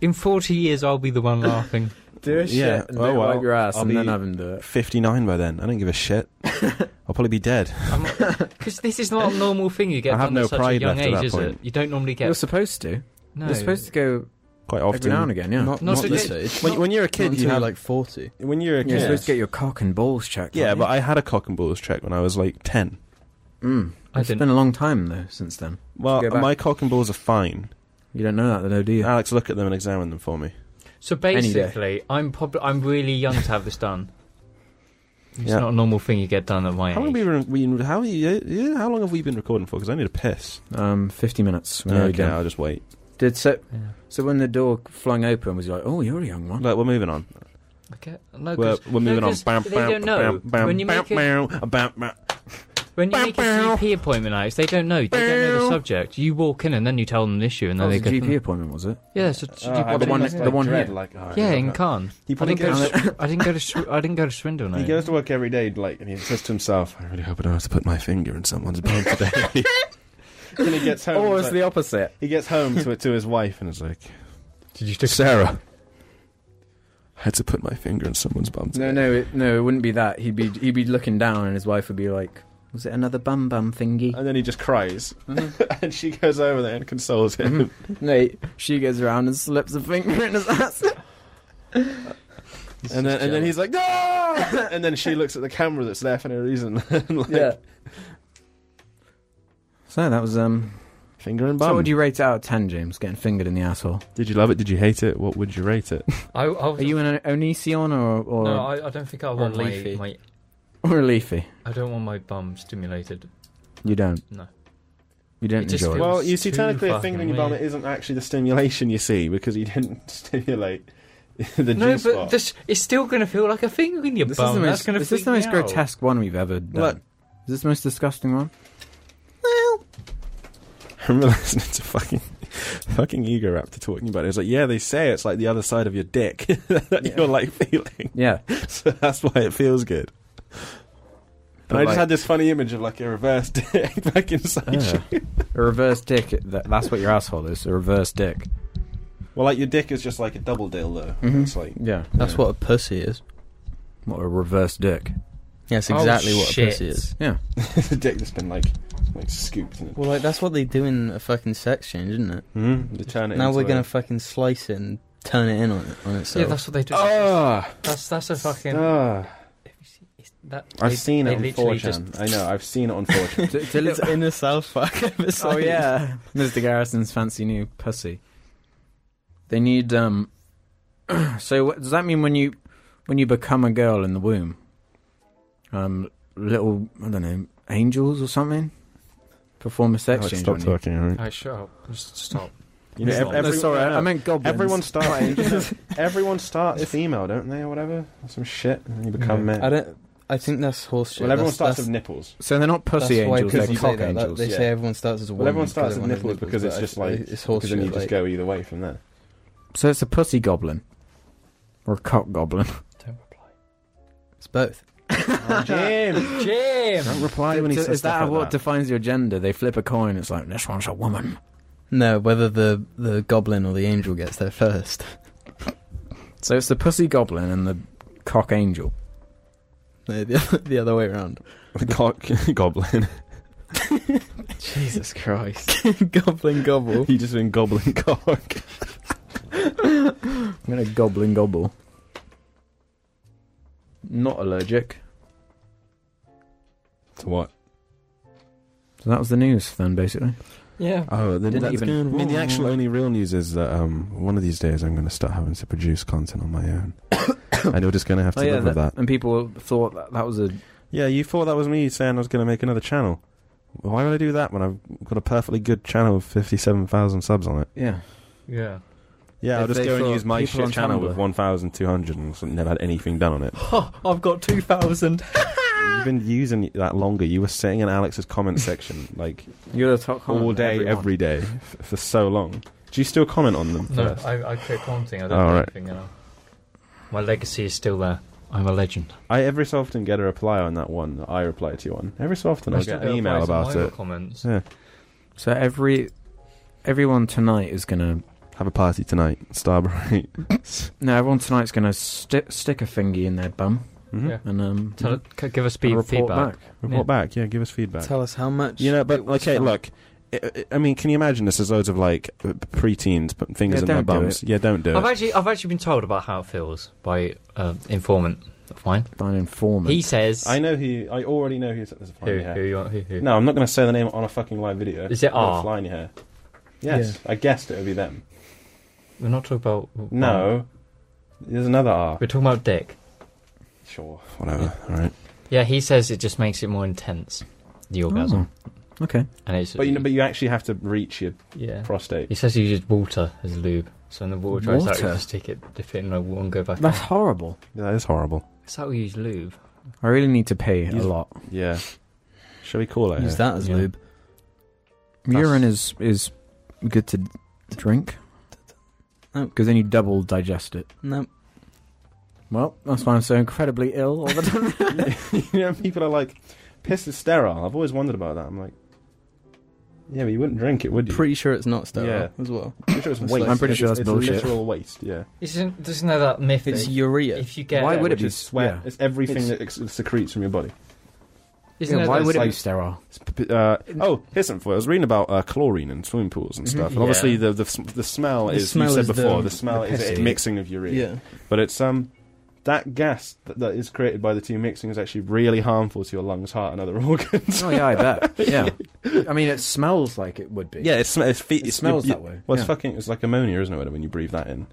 Speaker 5: In 40 years, I'll be the one laughing.
Speaker 3: do a
Speaker 4: Yeah,
Speaker 3: shit and
Speaker 4: oh
Speaker 3: don't
Speaker 4: well,
Speaker 3: wipe your ass,
Speaker 4: I'll
Speaker 3: and then
Speaker 4: be-
Speaker 3: have him do it.
Speaker 4: 59 by then. I don't give a shit. I'll probably be dead.
Speaker 5: Because this is not a normal thing you get
Speaker 4: I have
Speaker 5: done
Speaker 4: no
Speaker 5: at such
Speaker 4: pride
Speaker 5: a young
Speaker 4: left at
Speaker 5: age,
Speaker 4: that
Speaker 5: is
Speaker 4: point.
Speaker 5: it? You don't normally
Speaker 3: You're
Speaker 5: get.
Speaker 3: supposed to.
Speaker 5: No.
Speaker 3: You're supposed to go
Speaker 4: Quite
Speaker 3: every now
Speaker 4: often.
Speaker 3: and again. Yeah.
Speaker 6: Not,
Speaker 5: Not
Speaker 6: not,
Speaker 5: so
Speaker 6: this
Speaker 5: good.
Speaker 6: age.
Speaker 4: When, when you're a
Speaker 6: Not
Speaker 4: kid, you
Speaker 6: until
Speaker 4: have,
Speaker 6: you're like 40.
Speaker 4: when you're a
Speaker 3: You're
Speaker 4: kid.
Speaker 3: supposed to get your cock and balls checked.
Speaker 4: Yeah,
Speaker 3: aren't
Speaker 4: but I had a cock and balls check when I was like 10.
Speaker 3: you? Mm.
Speaker 5: I
Speaker 3: it's
Speaker 5: didn't.
Speaker 3: been a long time though since then.
Speaker 4: Well,
Speaker 3: Go back.
Speaker 4: my cock and balls are fine.
Speaker 3: You don't know that though, do you?
Speaker 4: Alex, look at them and examine them for me.
Speaker 5: So
Speaker 3: Any day.
Speaker 5: basically, I'm probably I'm really young to have this done. It's
Speaker 4: Yeah.
Speaker 5: not a normal thing you get done at my
Speaker 4: How long,
Speaker 5: age.
Speaker 4: have we been, how, you- yeah, how long have we been recording for? Because I need a piss.
Speaker 3: um, fifty minutes. We're nearly
Speaker 4: okay,
Speaker 3: done.
Speaker 4: I'll just wait.
Speaker 3: Did so?
Speaker 5: Yeah.
Speaker 3: So when the door flung open, was you like, "Oh, you're a young one."
Speaker 4: Look, we're moving on.
Speaker 5: Okay. No, 'cause
Speaker 4: We're, we're moving on.
Speaker 5: 'cause they don't know. When you make a-
Speaker 4: bam, bam, bam.
Speaker 5: when you make a GP appointment, Alex, they don't know. They don't know the subject. You walk in and then you tell them the issue, and
Speaker 3: That
Speaker 5: then
Speaker 3: was
Speaker 5: they
Speaker 3: Oh, a
Speaker 5: go. "Hmm,
Speaker 3: GP appointment, Oh, was it?
Speaker 5: Yeah, so
Speaker 4: Oh,
Speaker 5: so you
Speaker 3: the one- the one here.
Speaker 5: Yeah, in Cannes.
Speaker 4: He
Speaker 5: I
Speaker 4: probably
Speaker 5: didn't go.
Speaker 4: goes,
Speaker 5: To, Sw- I didn't go to. Sw- I didn't go to Swindon. eh?
Speaker 4: he
Speaker 5: no.
Speaker 4: goes to work every day, like, and he says to himself, "I really hope I don't have to put my finger in someone's bum today." and he gets home.
Speaker 3: Oh,
Speaker 4: he's
Speaker 3: it's
Speaker 4: like-
Speaker 3: the opposite.
Speaker 4: he gets home to to his wife, and is like,
Speaker 5: Did you
Speaker 4: "Sarah, I had to put my finger in someone's bum today."
Speaker 3: No, no, it, no. It wouldn't be that. He'd be he'd be looking down, and his wife would be like, "Was it another bum bum thingy?"
Speaker 4: And then he just cries, and she goes over there and consoles him.
Speaker 3: No, she goes around and slips a finger in his ass.
Speaker 4: and then and then he's like, "No!" and then she looks at the camera that's there for no reason. and like,
Speaker 3: yeah. So that was um.
Speaker 4: Finger and
Speaker 3: So
Speaker 4: bum.
Speaker 3: what would you rate it out of ten, James? Getting fingered in the asshole.
Speaker 4: Did you love it? Did you hate it? What would you rate it?
Speaker 5: I, I was,
Speaker 3: Are you an Onision or or,
Speaker 5: No, I, I don't think I want my,
Speaker 6: leafy.
Speaker 5: my.
Speaker 3: or a leafy?
Speaker 5: I don't want my bum stimulated.
Speaker 3: You don't.
Speaker 5: No.
Speaker 3: You don't
Speaker 5: It just
Speaker 3: enjoy it.
Speaker 5: feels-
Speaker 4: Well, you see,
Speaker 5: too
Speaker 4: technically, a
Speaker 5: fucking
Speaker 4: finger in your bum
Speaker 5: weird.
Speaker 4: it isn't actually the stimulation you see because you didn't stimulate the G
Speaker 5: no, but
Speaker 4: spot.
Speaker 5: this, it's still going to feel like a finger in your
Speaker 3: This is
Speaker 5: bum.
Speaker 3: the
Speaker 5: That's
Speaker 3: most,
Speaker 5: going to
Speaker 3: this is the most grotesque one we've ever done.
Speaker 4: Look.
Speaker 3: Is this the most disgusting one?
Speaker 4: I remember listening to fucking fucking Ego Raptor talking about it. It's like, yeah, they say it's like the other side of your dick that you're like feeling,
Speaker 3: Yeah.
Speaker 4: so that's why it feels good. and
Speaker 3: But
Speaker 4: I
Speaker 3: like-
Speaker 4: just had this funny image of like a reverse dick back inside you.
Speaker 3: a reverse dick. That, that's what your asshole is. A reverse dick.
Speaker 4: Well, like your dick is just like a double dildo.
Speaker 3: Mhm.
Speaker 4: It's like
Speaker 3: Yeah.
Speaker 6: That's
Speaker 4: Yeah.
Speaker 6: what a pussy is.
Speaker 3: What a reverse dick.
Speaker 6: Yes, exactly
Speaker 5: oh,
Speaker 6: what
Speaker 5: shit.
Speaker 6: a pussy is.
Speaker 3: Yeah.
Speaker 4: the dick that's been like like scooped. In it.
Speaker 6: Well, like that's what they do in a fucking sex change, isn't it?
Speaker 3: Mm-hmm.
Speaker 4: Mm, to turn it
Speaker 6: now
Speaker 4: into
Speaker 6: we're
Speaker 4: a-
Speaker 6: gonna fucking slice it and turn it in on it on itself.
Speaker 5: Yeah, that's what they do.
Speaker 4: Ah,
Speaker 5: that's that's a fucking.
Speaker 4: ah.
Speaker 5: it's- that-
Speaker 4: I've
Speaker 5: they-
Speaker 4: seen
Speaker 5: they
Speaker 4: it on
Speaker 5: literally
Speaker 4: 4chan.
Speaker 5: just-
Speaker 4: I know, I've seen it on 4chan.
Speaker 3: It's- it's a
Speaker 6: it's
Speaker 3: little-
Speaker 6: in the South Park episode.
Speaker 3: oh yeah, Mr. Garrison's fancy new pussy. They need um. so what, does that mean when you when you become a girl in the womb, um, little I don't know angels or something perform a sex
Speaker 4: Alex,
Speaker 3: change.
Speaker 4: stop
Speaker 3: on you.
Speaker 4: talking. all right?
Speaker 5: I shut up. Just stop.
Speaker 4: You know,
Speaker 5: Stop.
Speaker 4: ev-
Speaker 3: no,
Speaker 4: every-
Speaker 3: sorry,
Speaker 4: no,
Speaker 3: I meant goblins.
Speaker 4: Everyone starts. everyone starts female, don't they, or whatever? Or some shit, and then you become
Speaker 6: I
Speaker 4: men.
Speaker 6: don't. I think that's horseshit.
Speaker 4: Well, everyone
Speaker 6: that's,
Speaker 4: starts
Speaker 6: that's,
Speaker 4: with nipples.
Speaker 3: so they're not pussy
Speaker 6: that's why
Speaker 3: angels;
Speaker 6: people
Speaker 3: they're
Speaker 6: say
Speaker 3: cock
Speaker 6: that, that-
Speaker 3: angels.
Speaker 6: They say
Speaker 4: yeah.
Speaker 6: everyone starts as a
Speaker 4: Well,
Speaker 6: woman.
Speaker 4: everyone starts
Speaker 6: because
Speaker 4: with
Speaker 6: everyone
Speaker 4: nipples
Speaker 6: has
Speaker 4: because
Speaker 6: but
Speaker 4: it's
Speaker 6: I-
Speaker 4: just like
Speaker 6: it's
Speaker 4: because then you
Speaker 6: horseshit.
Speaker 4: just
Speaker 6: Like,
Speaker 4: go either way from there.
Speaker 3: So it's a pussy goblin or a cock goblin.
Speaker 5: Don't reply.
Speaker 6: it's both.
Speaker 4: Jim,
Speaker 5: Jim!
Speaker 4: don't reply when he
Speaker 3: is
Speaker 4: says
Speaker 3: that
Speaker 4: stuff
Speaker 3: what
Speaker 4: like that.
Speaker 3: defines your gender? They flip a coin. It's like this one's a woman.
Speaker 6: No, whether the the goblin or the angel gets there first.
Speaker 3: So it's the pussy goblin and the cock angel.
Speaker 6: No, the, other- the other way around.
Speaker 4: cock goblin.
Speaker 6: Jesus Christ. goblin gobble.
Speaker 4: you just been goblin cock.
Speaker 3: I'm gonna goblin gobble. Not allergic.
Speaker 4: to what?
Speaker 3: So that was the news then, basically.
Speaker 5: Yeah.
Speaker 4: Oh, then
Speaker 3: Didn't
Speaker 4: that's
Speaker 3: even-
Speaker 4: good. I mean, the actual only real news is that um, one of these days I'm going to start having to produce content on my own, and we're just going to have to live with that.
Speaker 3: Oh, and people thought that, that was a
Speaker 4: Yeah, you thought that was me saying I was going to make another channel. Why would I do that when I've got a perfectly good channel with 57,000 subs on it?
Speaker 3: yeah.
Speaker 5: Yeah.
Speaker 4: Yeah,
Speaker 3: If
Speaker 4: I'll just
Speaker 3: they
Speaker 4: go and
Speaker 3: thought
Speaker 4: use my
Speaker 3: people
Speaker 4: shit
Speaker 3: on
Speaker 4: channel
Speaker 3: Tumblr-
Speaker 4: with 1,200 and so- never had anything done on it.
Speaker 5: Oh, I've got 2,000.
Speaker 4: You've been using that longer. You were sitting in Alex's comment section like
Speaker 3: You're the top
Speaker 4: all
Speaker 3: comment,
Speaker 4: day,
Speaker 3: everyone.
Speaker 4: every day f- for so long. Do you still comment on them?
Speaker 5: No,
Speaker 4: first?
Speaker 5: I, I quit commenting. I don't
Speaker 4: Oh,
Speaker 5: do
Speaker 4: right.
Speaker 5: anything now. My legacy is still there. I'm a legend.
Speaker 4: I every so often get a reply on that one that I reply to you on. Every so often I,
Speaker 5: still
Speaker 4: get an email
Speaker 5: replies to
Speaker 4: about
Speaker 5: my
Speaker 4: it.
Speaker 5: Comments.
Speaker 4: Yeah.
Speaker 3: So every everyone tonight is gonna
Speaker 4: Have a party tonight, Starbright.
Speaker 3: no everyone tonight's gonna sti stick a fingy in their bum
Speaker 4: Mhm.
Speaker 5: Yeah.
Speaker 3: and um
Speaker 5: Tell, c- give us
Speaker 3: and
Speaker 5: feed,
Speaker 3: report
Speaker 5: feedback.
Speaker 3: back.
Speaker 4: Report
Speaker 5: Yeah.
Speaker 4: back. Yeah, give us feedback.
Speaker 6: Tell us how much.
Speaker 4: You know, but
Speaker 6: it was
Speaker 4: okay,
Speaker 6: fun.
Speaker 4: look. I- I- I mean, can you imagine this? There's loads of like uh, preteens putting fingers
Speaker 3: Yeah,
Speaker 4: in their
Speaker 3: don't do
Speaker 4: bums. yeah, don't do
Speaker 5: I've
Speaker 4: it.
Speaker 5: actually, I've actually been told about how it feels by uh, informant of mine.
Speaker 3: By an informant.
Speaker 5: He says.
Speaker 4: I know who. I already know who's at this fly
Speaker 5: who,
Speaker 4: in your
Speaker 5: who,
Speaker 4: hair.
Speaker 5: you want, who, who?
Speaker 4: No, I'm not going to say the name on a fucking live video.
Speaker 5: Is it
Speaker 4: I've got a
Speaker 5: R?
Speaker 4: Fly in your hair. Yes, I guessed it would be them.
Speaker 5: We're not talking about.
Speaker 4: No, there's another R.
Speaker 5: We're talking about dick.
Speaker 4: Sure, whatever. All right.
Speaker 5: Yeah, he says it just makes it more intense, the orgasm.
Speaker 3: okay.
Speaker 5: And it's,
Speaker 4: Oh. But you know, but you actually have to reach your
Speaker 5: yeah.
Speaker 4: prostate.
Speaker 5: He says he uses water as lube. So when the water dries out, you
Speaker 3: Water?
Speaker 5: just take it, dip it in a water and go back
Speaker 3: That's
Speaker 5: on.
Speaker 3: horrible.
Speaker 4: Yeah, that is horrible.
Speaker 5: That's how we use lube.
Speaker 3: I really need to pee a
Speaker 4: Use-
Speaker 3: lot.
Speaker 4: Yeah. Shall we call it?
Speaker 6: Use that as
Speaker 5: Yeah.
Speaker 6: lube.
Speaker 3: That's... Urine is is good to drink.
Speaker 6: No.
Speaker 3: Because then you double digest it.
Speaker 6: No.
Speaker 3: Well, that's why I'm so incredibly ill all the time.
Speaker 4: you know, people are like, piss is sterile. I've always wondered about that. I'm like, yeah, but you wouldn't drink it, would you?
Speaker 6: Pretty sure it's not sterile
Speaker 4: Yeah.
Speaker 6: as well.
Speaker 4: I'm pretty sure it's
Speaker 6: I'm
Speaker 4: waste.
Speaker 3: pretty sure
Speaker 4: It's-
Speaker 3: that's
Speaker 4: it's
Speaker 3: bullshit.
Speaker 4: Literal waste. Yeah.
Speaker 5: Isn't, doesn't there that myth
Speaker 6: It's
Speaker 5: that
Speaker 6: urea.
Speaker 5: if you get.
Speaker 3: Why
Speaker 4: Yeah,
Speaker 3: would it
Speaker 4: which
Speaker 3: be
Speaker 4: is sweat?
Speaker 3: yeah.
Speaker 4: It's everything
Speaker 6: It's-
Speaker 4: that ex- secretes from your body.
Speaker 5: Isn't there
Speaker 3: why
Speaker 5: that-
Speaker 3: would it be
Speaker 4: like-
Speaker 3: sterile?
Speaker 4: It's p- p- uh, oh, here's something. for you. I was reading about uh, chlorine in swimming pools
Speaker 3: Mm-hmm.
Speaker 4: and stuff. And
Speaker 5: Yeah.
Speaker 4: obviously, the, the s- the smell
Speaker 6: The
Speaker 4: is
Speaker 6: smell
Speaker 4: you said
Speaker 6: is the-
Speaker 4: before. The, smell
Speaker 6: the
Speaker 4: is a
Speaker 6: pesky.
Speaker 4: mixing of urea.
Speaker 6: yeah.
Speaker 4: But it's um that gas that, that is created by the two mixing is actually really harmful to your lungs, heart, and other organs.
Speaker 3: Oh yeah, I bet. Yeah, I mean, it smells like it would be.
Speaker 4: yeah, it, sm- it's fe-
Speaker 3: it smells that way.
Speaker 4: Well,
Speaker 3: yeah.
Speaker 4: it's fucking. It's like ammonia, isn't it? When you breathe that in,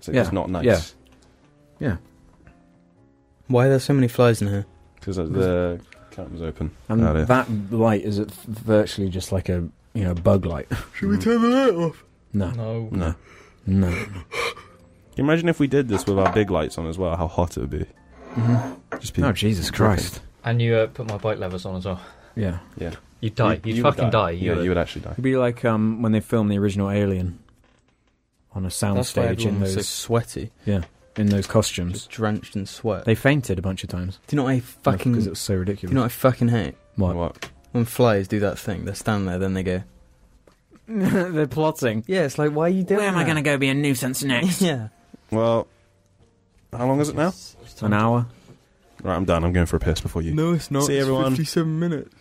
Speaker 4: so
Speaker 3: Yeah.
Speaker 4: it's not nice.
Speaker 3: Yeah. Yeah.
Speaker 6: Why are there so many flies in here?
Speaker 4: Because the curtain was open.
Speaker 3: and
Speaker 4: Oh, dear.
Speaker 3: that light is it virtually just like a you know bug light.
Speaker 6: Should we turn the light off?
Speaker 3: No,
Speaker 5: No.
Speaker 4: No.
Speaker 3: no.
Speaker 4: Can you imagine if we did this with our big lights on as well? How hot it would be. Just be.
Speaker 3: Oh Jesus Christ!
Speaker 5: And you uh, put my bike levers on as well.
Speaker 3: Yeah,
Speaker 4: yeah.
Speaker 5: You'd die. You'd,
Speaker 4: would
Speaker 5: fucking die.
Speaker 4: Yeah, you would actually die.
Speaker 3: it'd be like um when they filmed the original Alien on a
Speaker 6: That's why
Speaker 3: soundstage
Speaker 6: everyone
Speaker 3: in
Speaker 6: was so
Speaker 3: those
Speaker 6: sweaty,
Speaker 3: in those costumes.
Speaker 6: just drenched in sweat.
Speaker 3: They fainted a bunch of times
Speaker 6: do you know what I fucking?
Speaker 3: because it
Speaker 6: Do
Speaker 3: was so ridiculous.
Speaker 6: you know what I fucking hate?
Speaker 3: What?
Speaker 6: When flies do that thing, they stand there, then they go.
Speaker 3: They're plotting.
Speaker 6: Yeah, it's like why are you doing?
Speaker 3: to go be a nuisance
Speaker 6: yeah.
Speaker 4: Well, how long is it now?
Speaker 3: An hour.
Speaker 4: Right, I'm done. I'm going for a piss before you.
Speaker 6: No, it's not.
Speaker 4: See
Speaker 6: It's
Speaker 4: everyone.
Speaker 6: Fifty-seven minutes.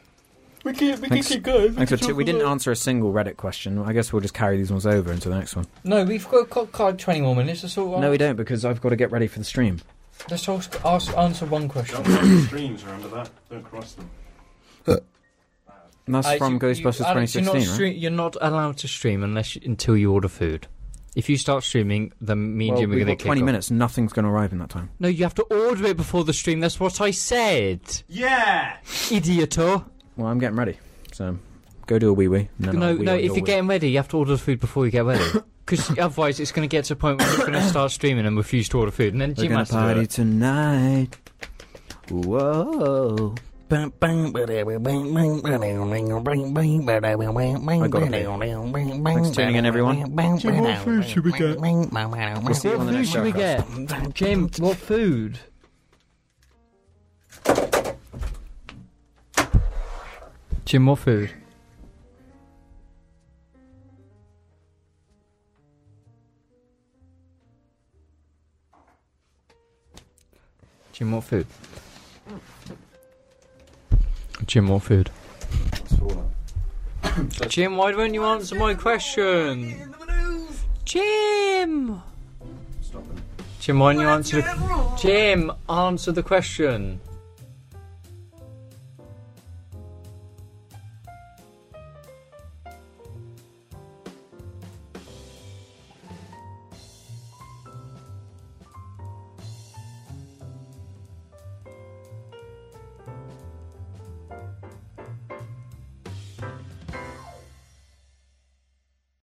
Speaker 5: We can, we
Speaker 3: Thanks-
Speaker 5: keep going.
Speaker 3: Thanks for t- we didn't answer a single Reddit question. I guess we'll just carry these ones over into the next one.
Speaker 5: No, we've got, got, got 20 more minutes. Let's all,
Speaker 3: No, we don't because I've got to get ready for the stream.
Speaker 5: let's all ask, answer one question.
Speaker 4: streams, remember that. Don't cross them.
Speaker 3: And that's
Speaker 5: Uh,
Speaker 3: from
Speaker 5: you- you-
Speaker 3: Ghostbusters
Speaker 5: Alex,
Speaker 3: 2016,
Speaker 5: You're not,
Speaker 3: right?
Speaker 5: stre- you're not allowed to stream unless you- until you order food. If you start streaming, then me and
Speaker 3: Well,
Speaker 5: Jim are
Speaker 3: we've
Speaker 5: going to
Speaker 3: got
Speaker 5: kick
Speaker 3: 20
Speaker 5: off.
Speaker 3: minutes. Nothing's going to arrive in that time.
Speaker 5: No, you have to order it before the stream. That's what I said. Yeah. Idioto.
Speaker 3: Well, I'm getting ready. So go do a wee wee.
Speaker 5: No, no. if you're getting ready, you have to order the food before you get ready. Because otherwise, it's going to get to a point where you're going to start streaming and refuse to order food, and then
Speaker 3: We're
Speaker 5: Jim
Speaker 3: going
Speaker 5: has
Speaker 3: to
Speaker 5: to do
Speaker 3: party
Speaker 5: it.
Speaker 3: tonight. Whoa. Thanks for tuning in, everyone.
Speaker 2: what food should we get?
Speaker 3: We'll see you on
Speaker 5: Food
Speaker 3: the
Speaker 5: should
Speaker 3: next show.
Speaker 5: we get? Jim, what food? Jim, what food? Jim, what food? Jim, what food? Jim, why won't you answer my question? Jim! Jim, why don't you answer the Jim, answer the question.